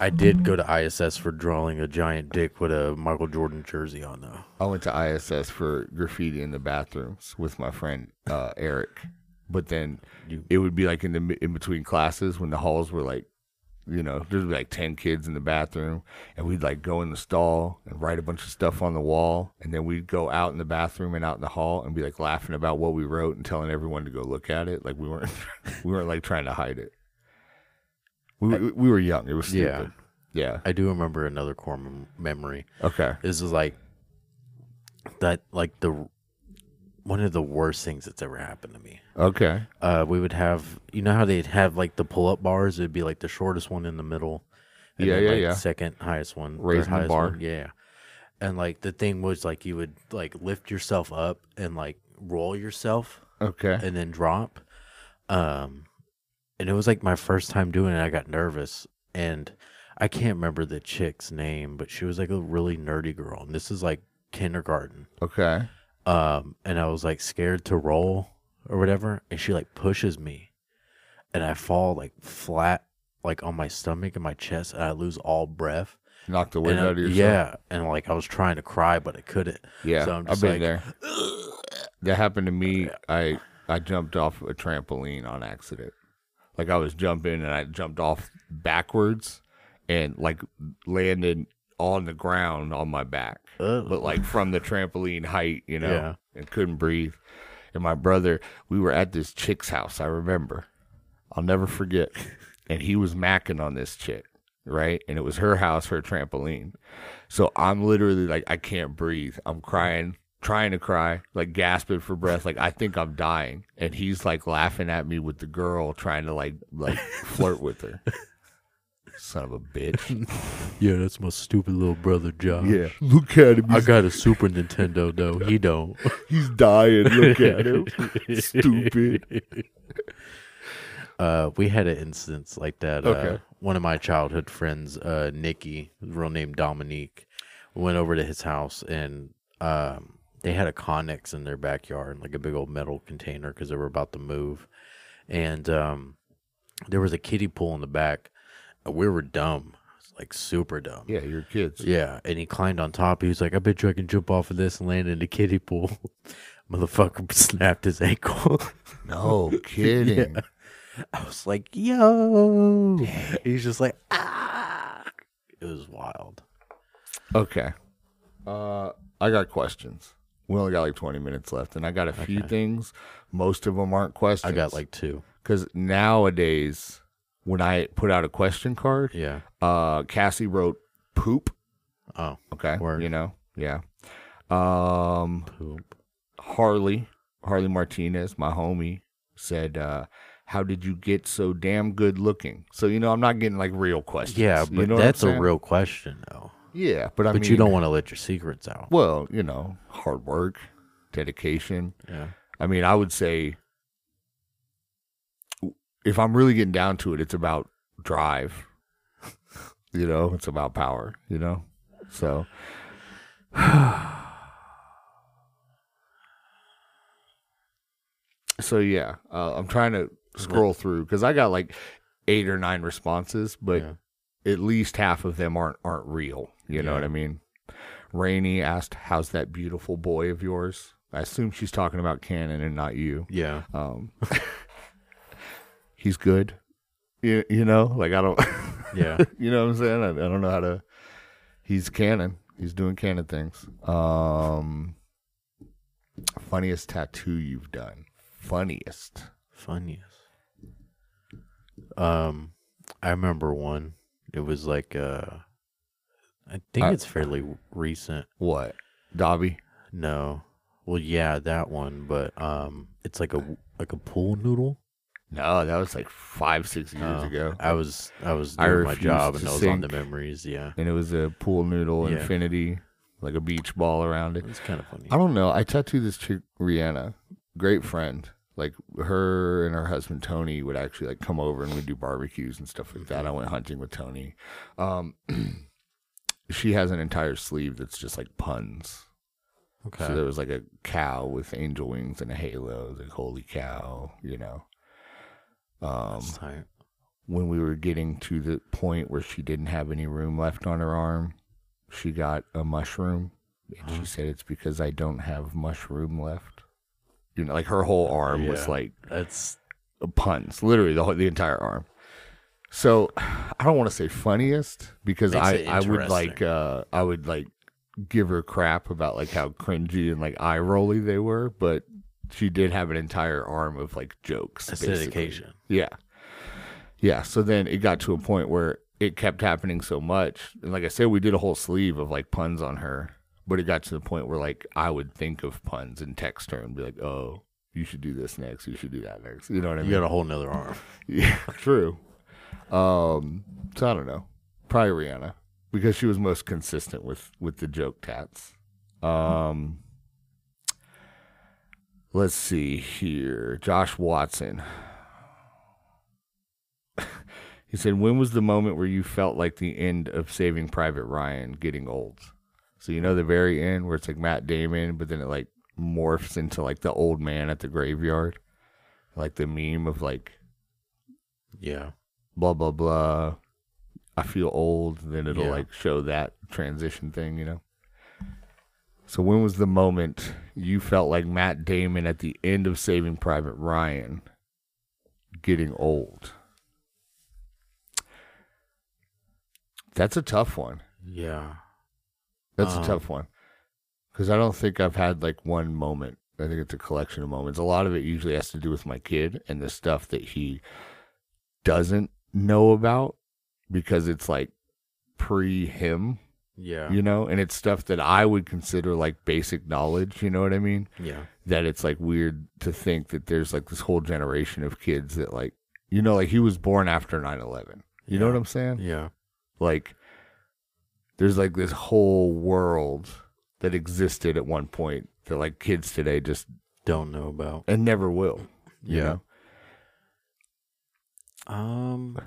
B: I did go to ISS for drawing a giant dick with a Michael Jordan jersey on though.
A: I went to ISS for graffiti in the bathrooms with my friend uh, Eric, but then
B: You-
A: it would be like in the mi- in between classes when the halls were like, you know, there'd be like ten kids in the bathroom, and we'd like go in the stall and write a bunch of stuff on the wall, and then we'd go out in the bathroom and out in the hall and be like laughing about what we wrote and telling everyone to go look at it. Like we weren't we weren't like trying to hide it. We we- we were young. It was
B: Yeah.
A: stupid. Yeah.
B: I do remember another core mem- memory.
A: Okay.
B: This is like that like the one of the worst things that's ever happened to me.
A: Okay.
B: uh, we would have you know how they'd have like the pull up bars. It'd be like the shortest one in the middle,
A: Yeah,
B: then,
A: yeah,
B: like,
A: yeah.
B: Second highest one, or
A: Raising the
B: highest
A: bar.
B: one, yeah. And like the thing was like you would like lift yourself up and like roll yourself
A: Okay.
B: and then drop. Um, and it was like my first time doing it. I got nervous and I can't remember the chick's name, but she was like a really nerdy girl, and this is like kindergarten
A: Okay.
B: um, and I was like scared to roll or whatever, and she like pushes me, and I fall like flat, like on my stomach and my chest, and I lose all breath.
A: Knocked the wind
B: And I-
A: out of yourself.
B: yeah, and like I was trying to cry, but I couldn't.
A: Yeah,
B: So I'm
A: I've
B: just
A: been
B: like-
A: there. That happened to me. I I jumped off a trampoline on accident. Like I was jumping and I jumped off backwards and like landed on the ground on my back,
B: Ugh.
A: but like from the trampoline height, you know,
B: Yeah.
A: and couldn't breathe. And my brother, we were at this chick's house. I remember. I'll never forget. And he was macking on this chick, right? And it was her house, her trampoline. So I'm literally like, I can't breathe. I'm crying, trying to cry, like gasping for breath. Like I think I'm dying. And he's like laughing at me with the girl, trying to like like flirt with her. Son of a bitch.
B: Yeah, that's my stupid little brother Josh.
A: Look at him.
B: I got a Super Nintendo though. He don't.
A: he's dying. Look at him. Stupid.
B: Uh, we had an instance like that. Uh,
A: Okay.
B: one of my childhood friends, uh, Nikki, real name Dominique, went over to his house and um, they had a Connex in their backyard, like a big old metal container, because they were about to move. And um, there was a kiddie pool in the back. We were dumb, like super dumb.
A: Yeah, your kids.
B: Yeah, and he climbed on top. He was like, "I bet you I can jump off of this and land in the kiddie pool." Motherfucker snapped his ankle.
A: No kidding.
B: I was like, "Yo!" He's just like, "Ah!" It was wild.
A: Okay. Uh, I got questions. We only got like 20 minutes left, and I got a few things. Most of them aren't
B: I
A: questions.
B: got like two.
A: because nowadays when I put out a question card,
B: Yeah.
A: uh, Cassie wrote poop.
B: Oh,
A: Okay,
B: Word.
A: you know, yeah. Um,
B: poop.
A: Harley, Harley Martinez, my homie, said, uh, "How did you get so damn good looking?" So you know, I'm not getting like real questions.
B: Yeah,
A: you
B: but
A: know what I'm
B: that's a
A: saying?
B: real question, though.
A: yeah, but I
B: but
A: mean,
B: you don't want to let your secrets out.
A: Well, you know, hard work, dedication.
B: Yeah.
A: I mean, I would say if I'm really getting down to it, it's about drive. you know, it's about power, you know? So So yeah, uh, I'm trying to scroll through cuz I got like 8 or 9 responses, but
B: Yeah.
A: at least half of them aren't aren't real, you know
B: Yeah.
A: what I mean? Rainey asked, "How's that beautiful boy of yours?" I assume she's talking about Cannon and not you.
B: Yeah.
A: Um, he's good. You, you know, like I don't,
B: Yeah.
A: you know what I'm saying? I, I don't know how to. He's canon. He's doing canon things. Um, funniest tattoo you've done. Funniest.
B: Funniest. Um, I remember one. It was like uh, I think
A: I-
B: it's fairly recent.
A: What? Dobby.
B: No, well, yeah, that one, but um, it's like a like a pool noodle.
A: No, that was like five, six years
B: Oh,
A: ago,
B: I was I was
A: I
B: doing my
A: refuse
B: job
A: to
B: and I was on the
A: sink.
B: memories. Yeah,
A: and it was a pool noodle
B: Yeah.
A: infinity, like a beach ball around it.
B: it was kind of funny.
A: I don't know. I tattooed this chick Rihanna, great friend. Like her and her husband Tony would actually like come over and we'd do barbecues and stuff like that. I went hunting with Tony. Um, she has an entire sleeve that's just like puns.
B: Okay,
A: So there was like a cow with angel wings and a halo. Like holy cow, you know. Um,
B: That's tight.
A: when we were getting to the point where she didn't have any room left on her arm, she got a mushroom. And she said it's because I don't have mushroom left. You know, like her whole arm
B: Yeah.
A: was like
B: that's
A: puns, literally the whole, the entire arm. So I don't want to say funniest because
B: Makes
A: I,
B: it
A: I would like
B: interesting.
A: uh I would like give her crap about like how cringy and like eye rolly they were, but she did have an entire arm of like jokes.
B: that's
A: basically.
B: dedication.
A: Yeah. Yeah. So then it got to a point where it kept happening so much. And like I said, we did a whole sleeve of like puns on her, but it got to the point where like I would think of puns and text her and be like, oh, you should do this next. You should do that next. You know what I
B: You
A: mean?
B: got a whole nother arm.
A: Yeah. True. Um, so I don't know. Probably Rihanna because she was most consistent with with the joke tats. Um, let's see here. Josh Watson. he said, "When was the moment where you felt like the end of Saving Private Ryan getting old?" So you know the very end where it's like Matt Damon, but then it like morphs into like the old man at the graveyard, like the meme of like
B: Yeah,
A: blah blah blah. I feel old. Then it'll
B: Yeah.
A: like show that transition thing, you know. So when was the moment you felt like Matt Damon at the end of Saving Private Ryan getting old? That's a tough one.
B: yeah.
A: That's
B: Um,
A: a tough one. Because I don't think I've had like one moment. I think it's a collection of moments. A lot of it usually has to do with my kid and the stuff that he doesn't know about because it's like pre him,
B: Yeah,
A: you know? And it's stuff that I would consider like basic knowledge, you know what I mean?
B: yeah,
A: that it's like weird to think that there's like this whole generation of kids that like you know like he was born after 9-11 you know
B: Yeah.
A: what i'm saying
B: yeah,
A: like there's like this whole world that existed at one point that like kids today just
B: don't know about.
A: and never will you
B: Yeah.
A: know
B: Um,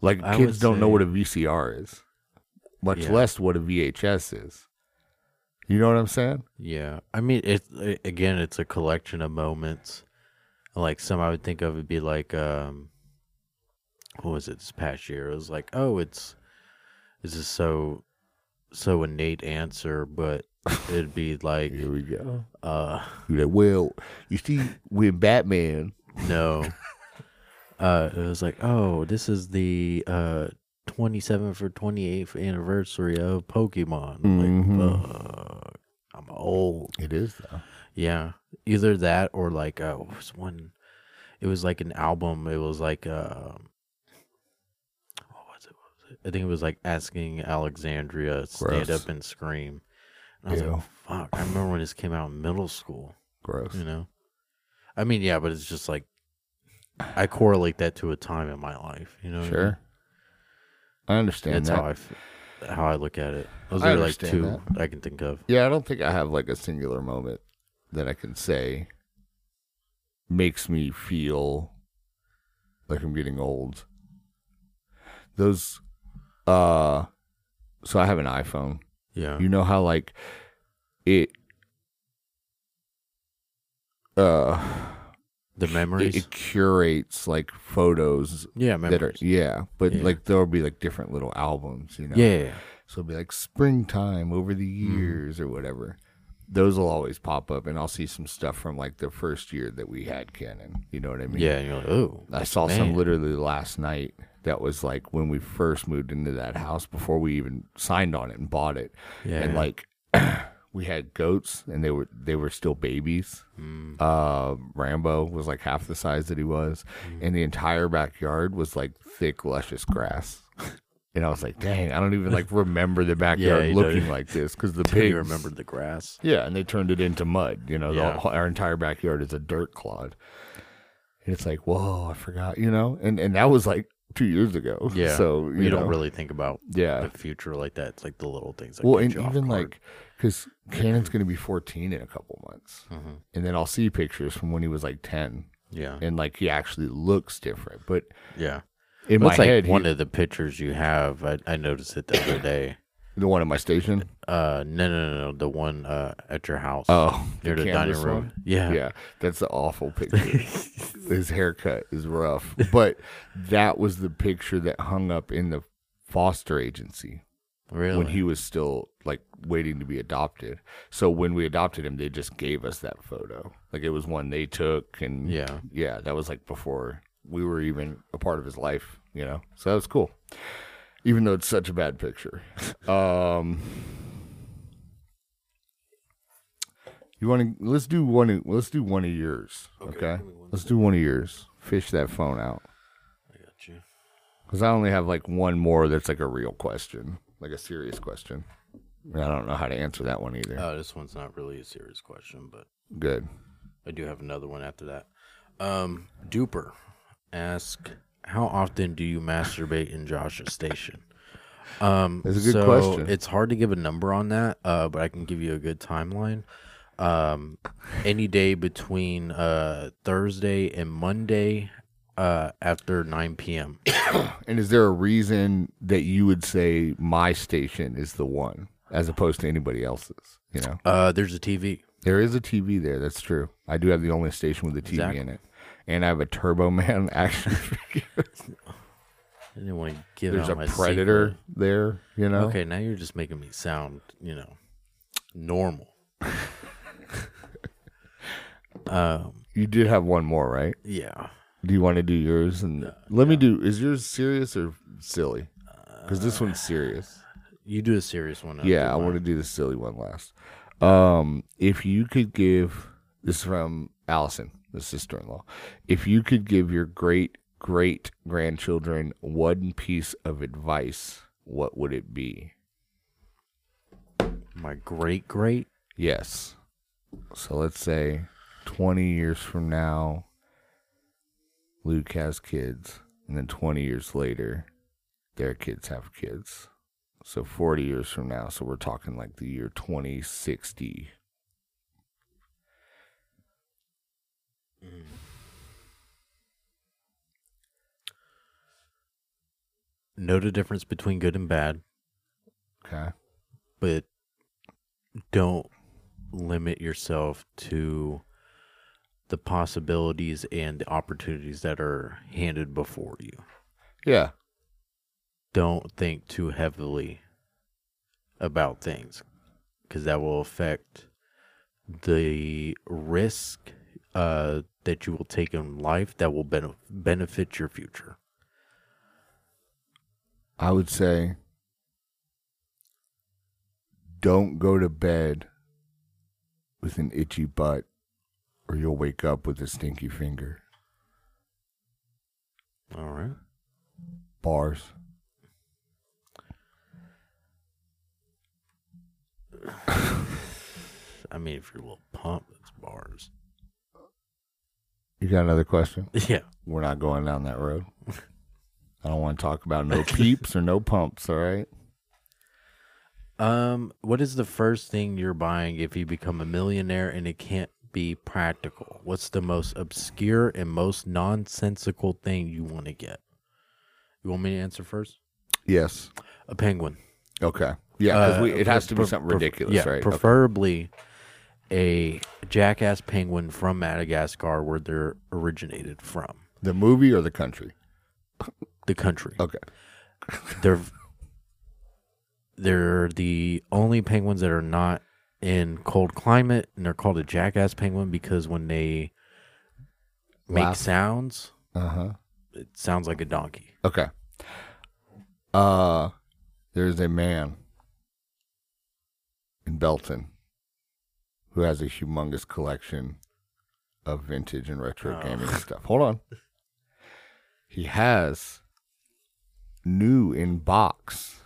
A: Like
B: I
A: kids
B: would
A: don't know
B: say-
A: what a VCR is, much
B: Yeah.
A: less what a VHS is. You know what I'm saying?
B: yeah. I mean, it a- again, it's a collection of moments. Like some I would think of would be like, um, what was it this past year? It was like, oh, it's this is so so innate answer, but it'd be like,
A: Here we go.
B: uh,
A: You're like, well, you see, when Batman,
B: No. Uh, it was like, oh, this is the uh, 27th or 28th anniversary of Pokemon. I'm Like, fuck, I'm old.
A: it is though.
B: Yeah. Either that or like, uh, what was one? It was like an album. It was like, um what was it? What was it? I think it was like asking Alexandria to stand
A: Gross.
B: up and scream. And I was
A: Ew.
B: like, fuck. I remember when this came out in middle school
A: Gross.
B: you know i mean yeah but it's just like i correlate that to a time in my life you know what I mean?
A: Sure, I understand
B: that's
A: that.
B: how i f- how i look at it those
A: I
B: are like
A: understand
B: two
A: that.
B: i can think of
A: Yeah, I don't think I have like a singular moment that I can say makes me feel like I'm getting old. Those uh so I have an iPhone.
B: yeah
A: You know how like it uh
B: the memories
A: it, it curates like photos
B: yeah memories
A: that are yeah, but
B: Yeah.
A: like there'll be like different little albums, you know.
B: yeah, yeah, yeah.
A: So it'll be like springtime over the years or whatever. Those will always pop up, and I'll see some stuff from like the first year that we had Canon. You know what I mean?
B: Yeah, and you're like oh
A: I saw some
B: Man.
A: literally last night that was like when we first moved into that house before we even signed on it and bought it.
B: yeah
A: And like we had goats and they were they were still babies.
B: Mm.
A: Uh, Rambo was like half the size that he was,
B: Mm.
A: and the entire backyard was like thick, luscious grass. And I was like, "Dang, I don't even like remember the backyard
B: you don't
A: looking
B: even-
A: like this because the
B: Till
A: pigs."
B: you remembered the grass
A: Yeah, and they turned it into mud. You know, the
B: Yeah.
A: whole- our entire backyard is a dirt clod. And it's like, whoa, I forgot. You know, and and that was like two years ago.
B: yeah
A: so
B: you,
A: you,
B: don't
A: know,
B: really think about
A: yeah.
B: the future like that it's like the little things that
A: Well,
B: get
A: and
B: you off
A: even
B: guard. hmm.
A: like, because Cannon's going to be 14 in a couple months.
B: Mhm.
A: And then I'll see pictures from when he was like 10.
B: yeah
A: And like, he actually looks different. But
B: yeah
A: in
B: Well,
A: my
B: it's like
A: head, he-
B: one of the pictures you have i, I noticed it the other day
A: the one at my station.
B: Uh, no, no, no, no, the one uh at your house.
A: Oh,
B: near the, dining
A: canvas
B: room.
A: one?
B: Yeah,
A: Yeah, that's an awful picture. His haircut is rough. But that was the picture that hung up in the foster agency
B: really.
A: when he was still like waiting to be adopted. So when we adopted him, they just gave us that photo. Like it was one they took and
B: yeah,
A: yeah, that was like before we were even a part of his life, you know. So that was cool. Even though it's such a bad picture. Um You want to let's do one of- let's do one of yours, okay? Let's do one of yours. Fish that phone out.
B: I got you.
A: Cuz I only have like one more that's like a real question, like a serious question. And I don't know how to answer that one either.
B: Uh, this one's not really a serious question, but
A: Good.
B: I do have another one after that. Um, Duper, ask how often do you masturbate in Josh's station? Um,
A: That's a good
B: so
A: question.
B: It's hard to give a number on that, uh, but I can give you a good timeline. Um, any day between uh Thursday and Monday, uh, after nine p.m.
A: And is there a reason that you would say my station is the one as opposed to anybody else's? You know,
B: Uh, there's a TV.
A: there is a TV there. That's true. I do have the only station with a TV
B: Exactly.
A: in it, and I have a Turbo Man action figure.
B: I didn't want to give
A: There's
B: out
A: a
B: my
A: Predator
B: secret.
A: there. You know,
B: Okay, now you're just making me sound, you know, normal. um,
A: you did have one more, right?
B: yeah.
A: Do you want to do yours? And
B: Uh,
A: let me do. Is yours serious or silly? Because this one's serious.
B: You do a serious one. I'll do
A: Yeah, I
B: mine.
A: want to do the silly one last. Um, if you could give this is from Allison, the sister in law, if you could give your great great grandchildren one piece of advice, what would it be?
B: my great great.
A: Yes. So let's say 20 years from now, Luke has kids, and then 20 years later, their kids have kids. So 40 years from now, so we're talking like the year 2060.
B: know the difference between good and bad,
A: Okay.
B: but don't limit yourself to the possibilities and the opportunities that are handed before you.
A: Yeah.
B: Don't think too heavily about things because that will affect the risk uh, that you will take in life that will benef- benefit your future.
A: I would say don't go to bed with an itchy butt or you'll wake up with a stinky finger.
B: All right.
A: Bars.
B: I mean, if you're a little pump, it's bars.
A: You got another question?
B: Yeah.
A: We're not going down that road. I don't want to talk about no peeps or no pumps, all right?
B: Um, what is the first thing you're buying if you become a millionaire and it can't be practical? What's the most obscure and most nonsensical thing you want to get? You want me to answer first?
A: Yes.
B: A penguin.
A: Okay. Yeah, because
B: Uh,
A: it has
B: pre-
A: to be
B: pre-
A: something
B: pre-
A: ridiculous,
B: yeah,
A: right? Okay.
B: Preferably a jackass penguin from Madagascar where they're originated from.
A: The movie or the country?
B: The country.
A: Okay.
B: they're they're the only penguins that are not in cold climate and they're called a jackass penguin because when they make
A: Laugh.
B: sounds
A: Uh huh.
B: it sounds like a donkey
A: Okay. Uh there's a man in Belton who has a humongous collection of vintage and retro
B: Oh.
A: gaming stuff. Hold on. He has new in box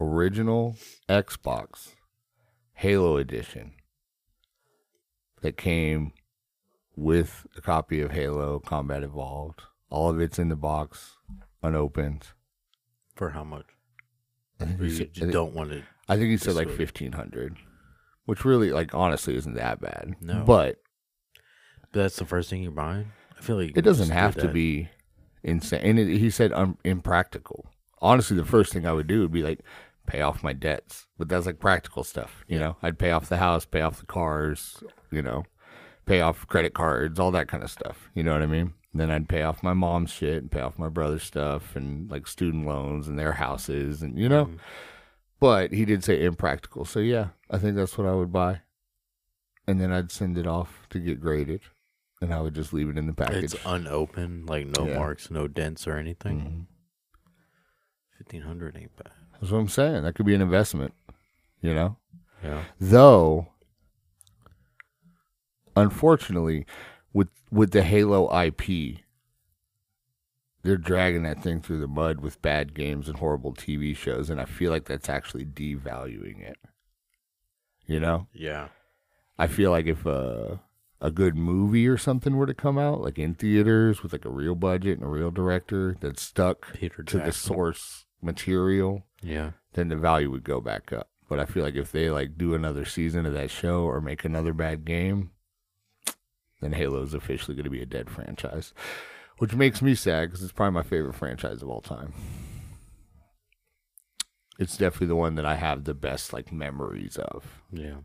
A: original Xbox Halo edition that came with a copy of Halo Combat Evolved. All of it's in the box, unopened.
B: for how much
A: I think
B: Or
A: he
B: you
A: said, I
B: just
A: think-
B: don't want to
A: I think he said like
B: Sweet.
A: fifteen hundred, which really, like, honestly, isn't that bad.
B: No.
A: but
B: that's the first thing you're buying i feel like you
A: it
B: can
A: doesn't
B: just do
A: have to
B: that.
A: be insane. And it, he said um, impractical. Honestly, the first thing I would do would be like pay off my debts, but that's like practical stuff. You know, I'd pay off the house, pay off the cars, you know, pay off credit cards, all that kind of stuff. You know what I mean? And then I'd pay off my mom's shit and pay off my brother's stuff and like student loans and their houses and you know.
B: Mhm.
A: But he did say impractical, so yeah, I think that's what I would buy. And then I'd send it off to get graded, and I would just leave it in the package.
B: it's unopened like no
A: Yeah.
B: marks no dents or
A: Mhm.
B: anything 1500 ain't bad
A: That's what I'm saying. That could be an investment, you know?
B: yeah
A: Though, unfortunately, with with the Halo IP, they're dragging that thing through the mud with bad games and horrible TV shows, and I feel like that's actually devaluing it. You know?
B: yeah
A: I feel like if a a good movie or something were to come out, like in theaters with like a real budget and a real director that's stuck
B: peter
A: to the
B: Jackson.
A: source material,
B: yeah
A: then the value would go back up. But I feel like if they like do another season of that show or make another bad game, then Halo is officially going to be a dead franchise, which makes me sad because it's probably my favorite franchise of all time. It's definitely the one that I have the best like memories of.
B: yeah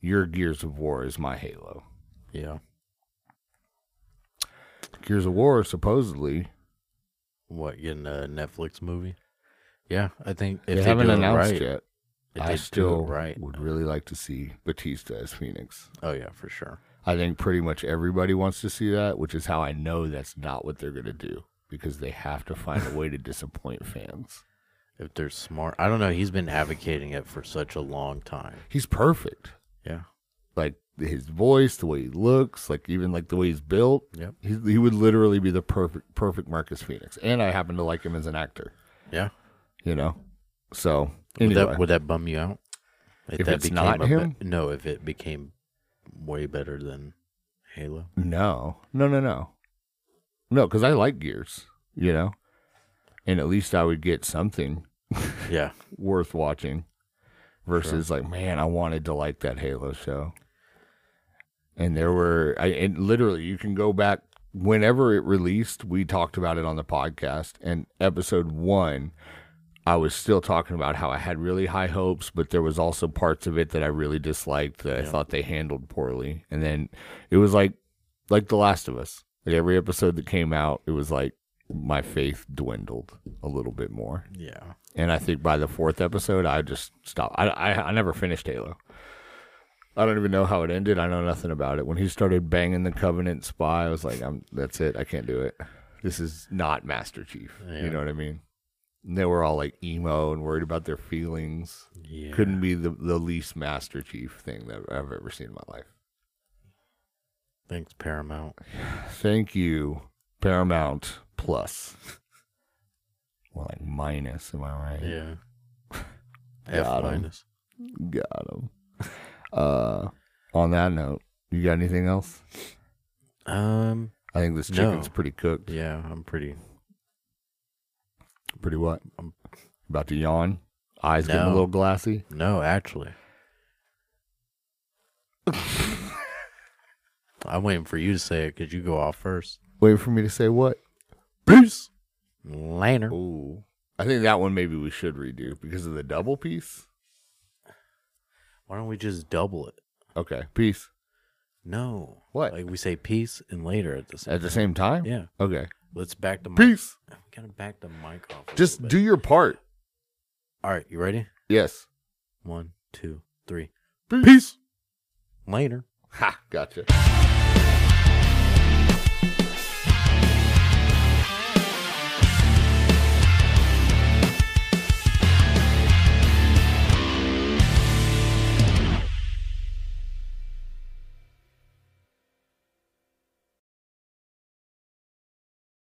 A: Your Gears of War is my Halo.
B: yeah
A: Gears of War supposedly
B: what getting a netflix movie yeah i think if
A: they, haven't
B: do it
A: announced
B: right,
A: yet.
B: If they
A: I
B: do it
A: still
B: right.
A: would really like to see Batista as Phoenix.
B: Oh yeah, for sure.
A: I think pretty much everybody wants to see that, which is how I know that's not what they're going to do because they have to find a way to disappoint fans.
B: If they're smart, I don't know. He's been advocating it for such a long time.
A: He's perfect.
B: Yeah.
A: Like his voice, the way he looks, like even like the way he's built.
B: Yep.
A: He, he would literally be the perfect perfect Marcus Phoenix. And I happen to like him as an actor,
B: Yeah.
A: you know. So,
B: Would
A: anyway,
B: that would that bum you out? If,
A: If it's not
B: a be-
A: him?
B: no. If it became way better than Halo,
A: no. No, no, no. No, cuz I like Gears, you know. And at least I would get something
B: yeah,
A: worth watching versus like man i wanted to like that halo show and there were i and literally you can go back whenever it released, we talked about it on the podcast. And episode one, I was still talking about how I had really high hopes, but there was also parts of it that I really disliked that I
B: Yeah.
A: thought they handled poorly. And then it was like like The Last of Us. Like every episode that came out, it was like my faith dwindled a little bit more.
B: Yeah.
A: And I think by the fourth episode, I just stopped. I, I, I never finished Halo. I don't even know how it ended. I know nothing about it. When he started banging the Covenant spy, I was like, I'm, that's it. I can't do it. This is not Master Chief.
B: Yeah.
A: You know what I mean? And they were all like emo and worried about their feelings.
B: Yeah.
A: Couldn't be the, the least Master Chief thing that I've ever seen in my life.
B: Thanks, Paramount.
A: Thank you, Paramount Plus. Well, like minus, am I right?
B: Yeah.
A: Got
B: F
A: 'em.
B: minus.
A: Got him. Uh, on that note, you got anything else?
B: Um.
A: I think this
B: No.
A: chicken's pretty cooked.
B: Yeah, I'm pretty.
A: Pretty what?
B: Um,
A: About to yawn. Eyes getting a
B: No.
A: little glassy.
B: No, actually. I'm waiting for you to say it because you go off first.
A: Wait for me to say what?
B: Peace. Later.
A: Ooh. I think that one maybe we should redo because of the double piece.
B: Why don't we just double it?
A: Okay. Peace.
B: No.
A: What?
B: Like we say peace and later at the same.
A: At the same time?
B: Yeah.
A: Okay.
B: Let's back the mic.
A: Peace.
B: We gotta back the mic off. a little
A: Just
B: bit.
A: do your part.
B: All right. You ready?
A: Yes.
B: One, two, three.
A: Peace.
B: Later.
A: Ha. Gotcha.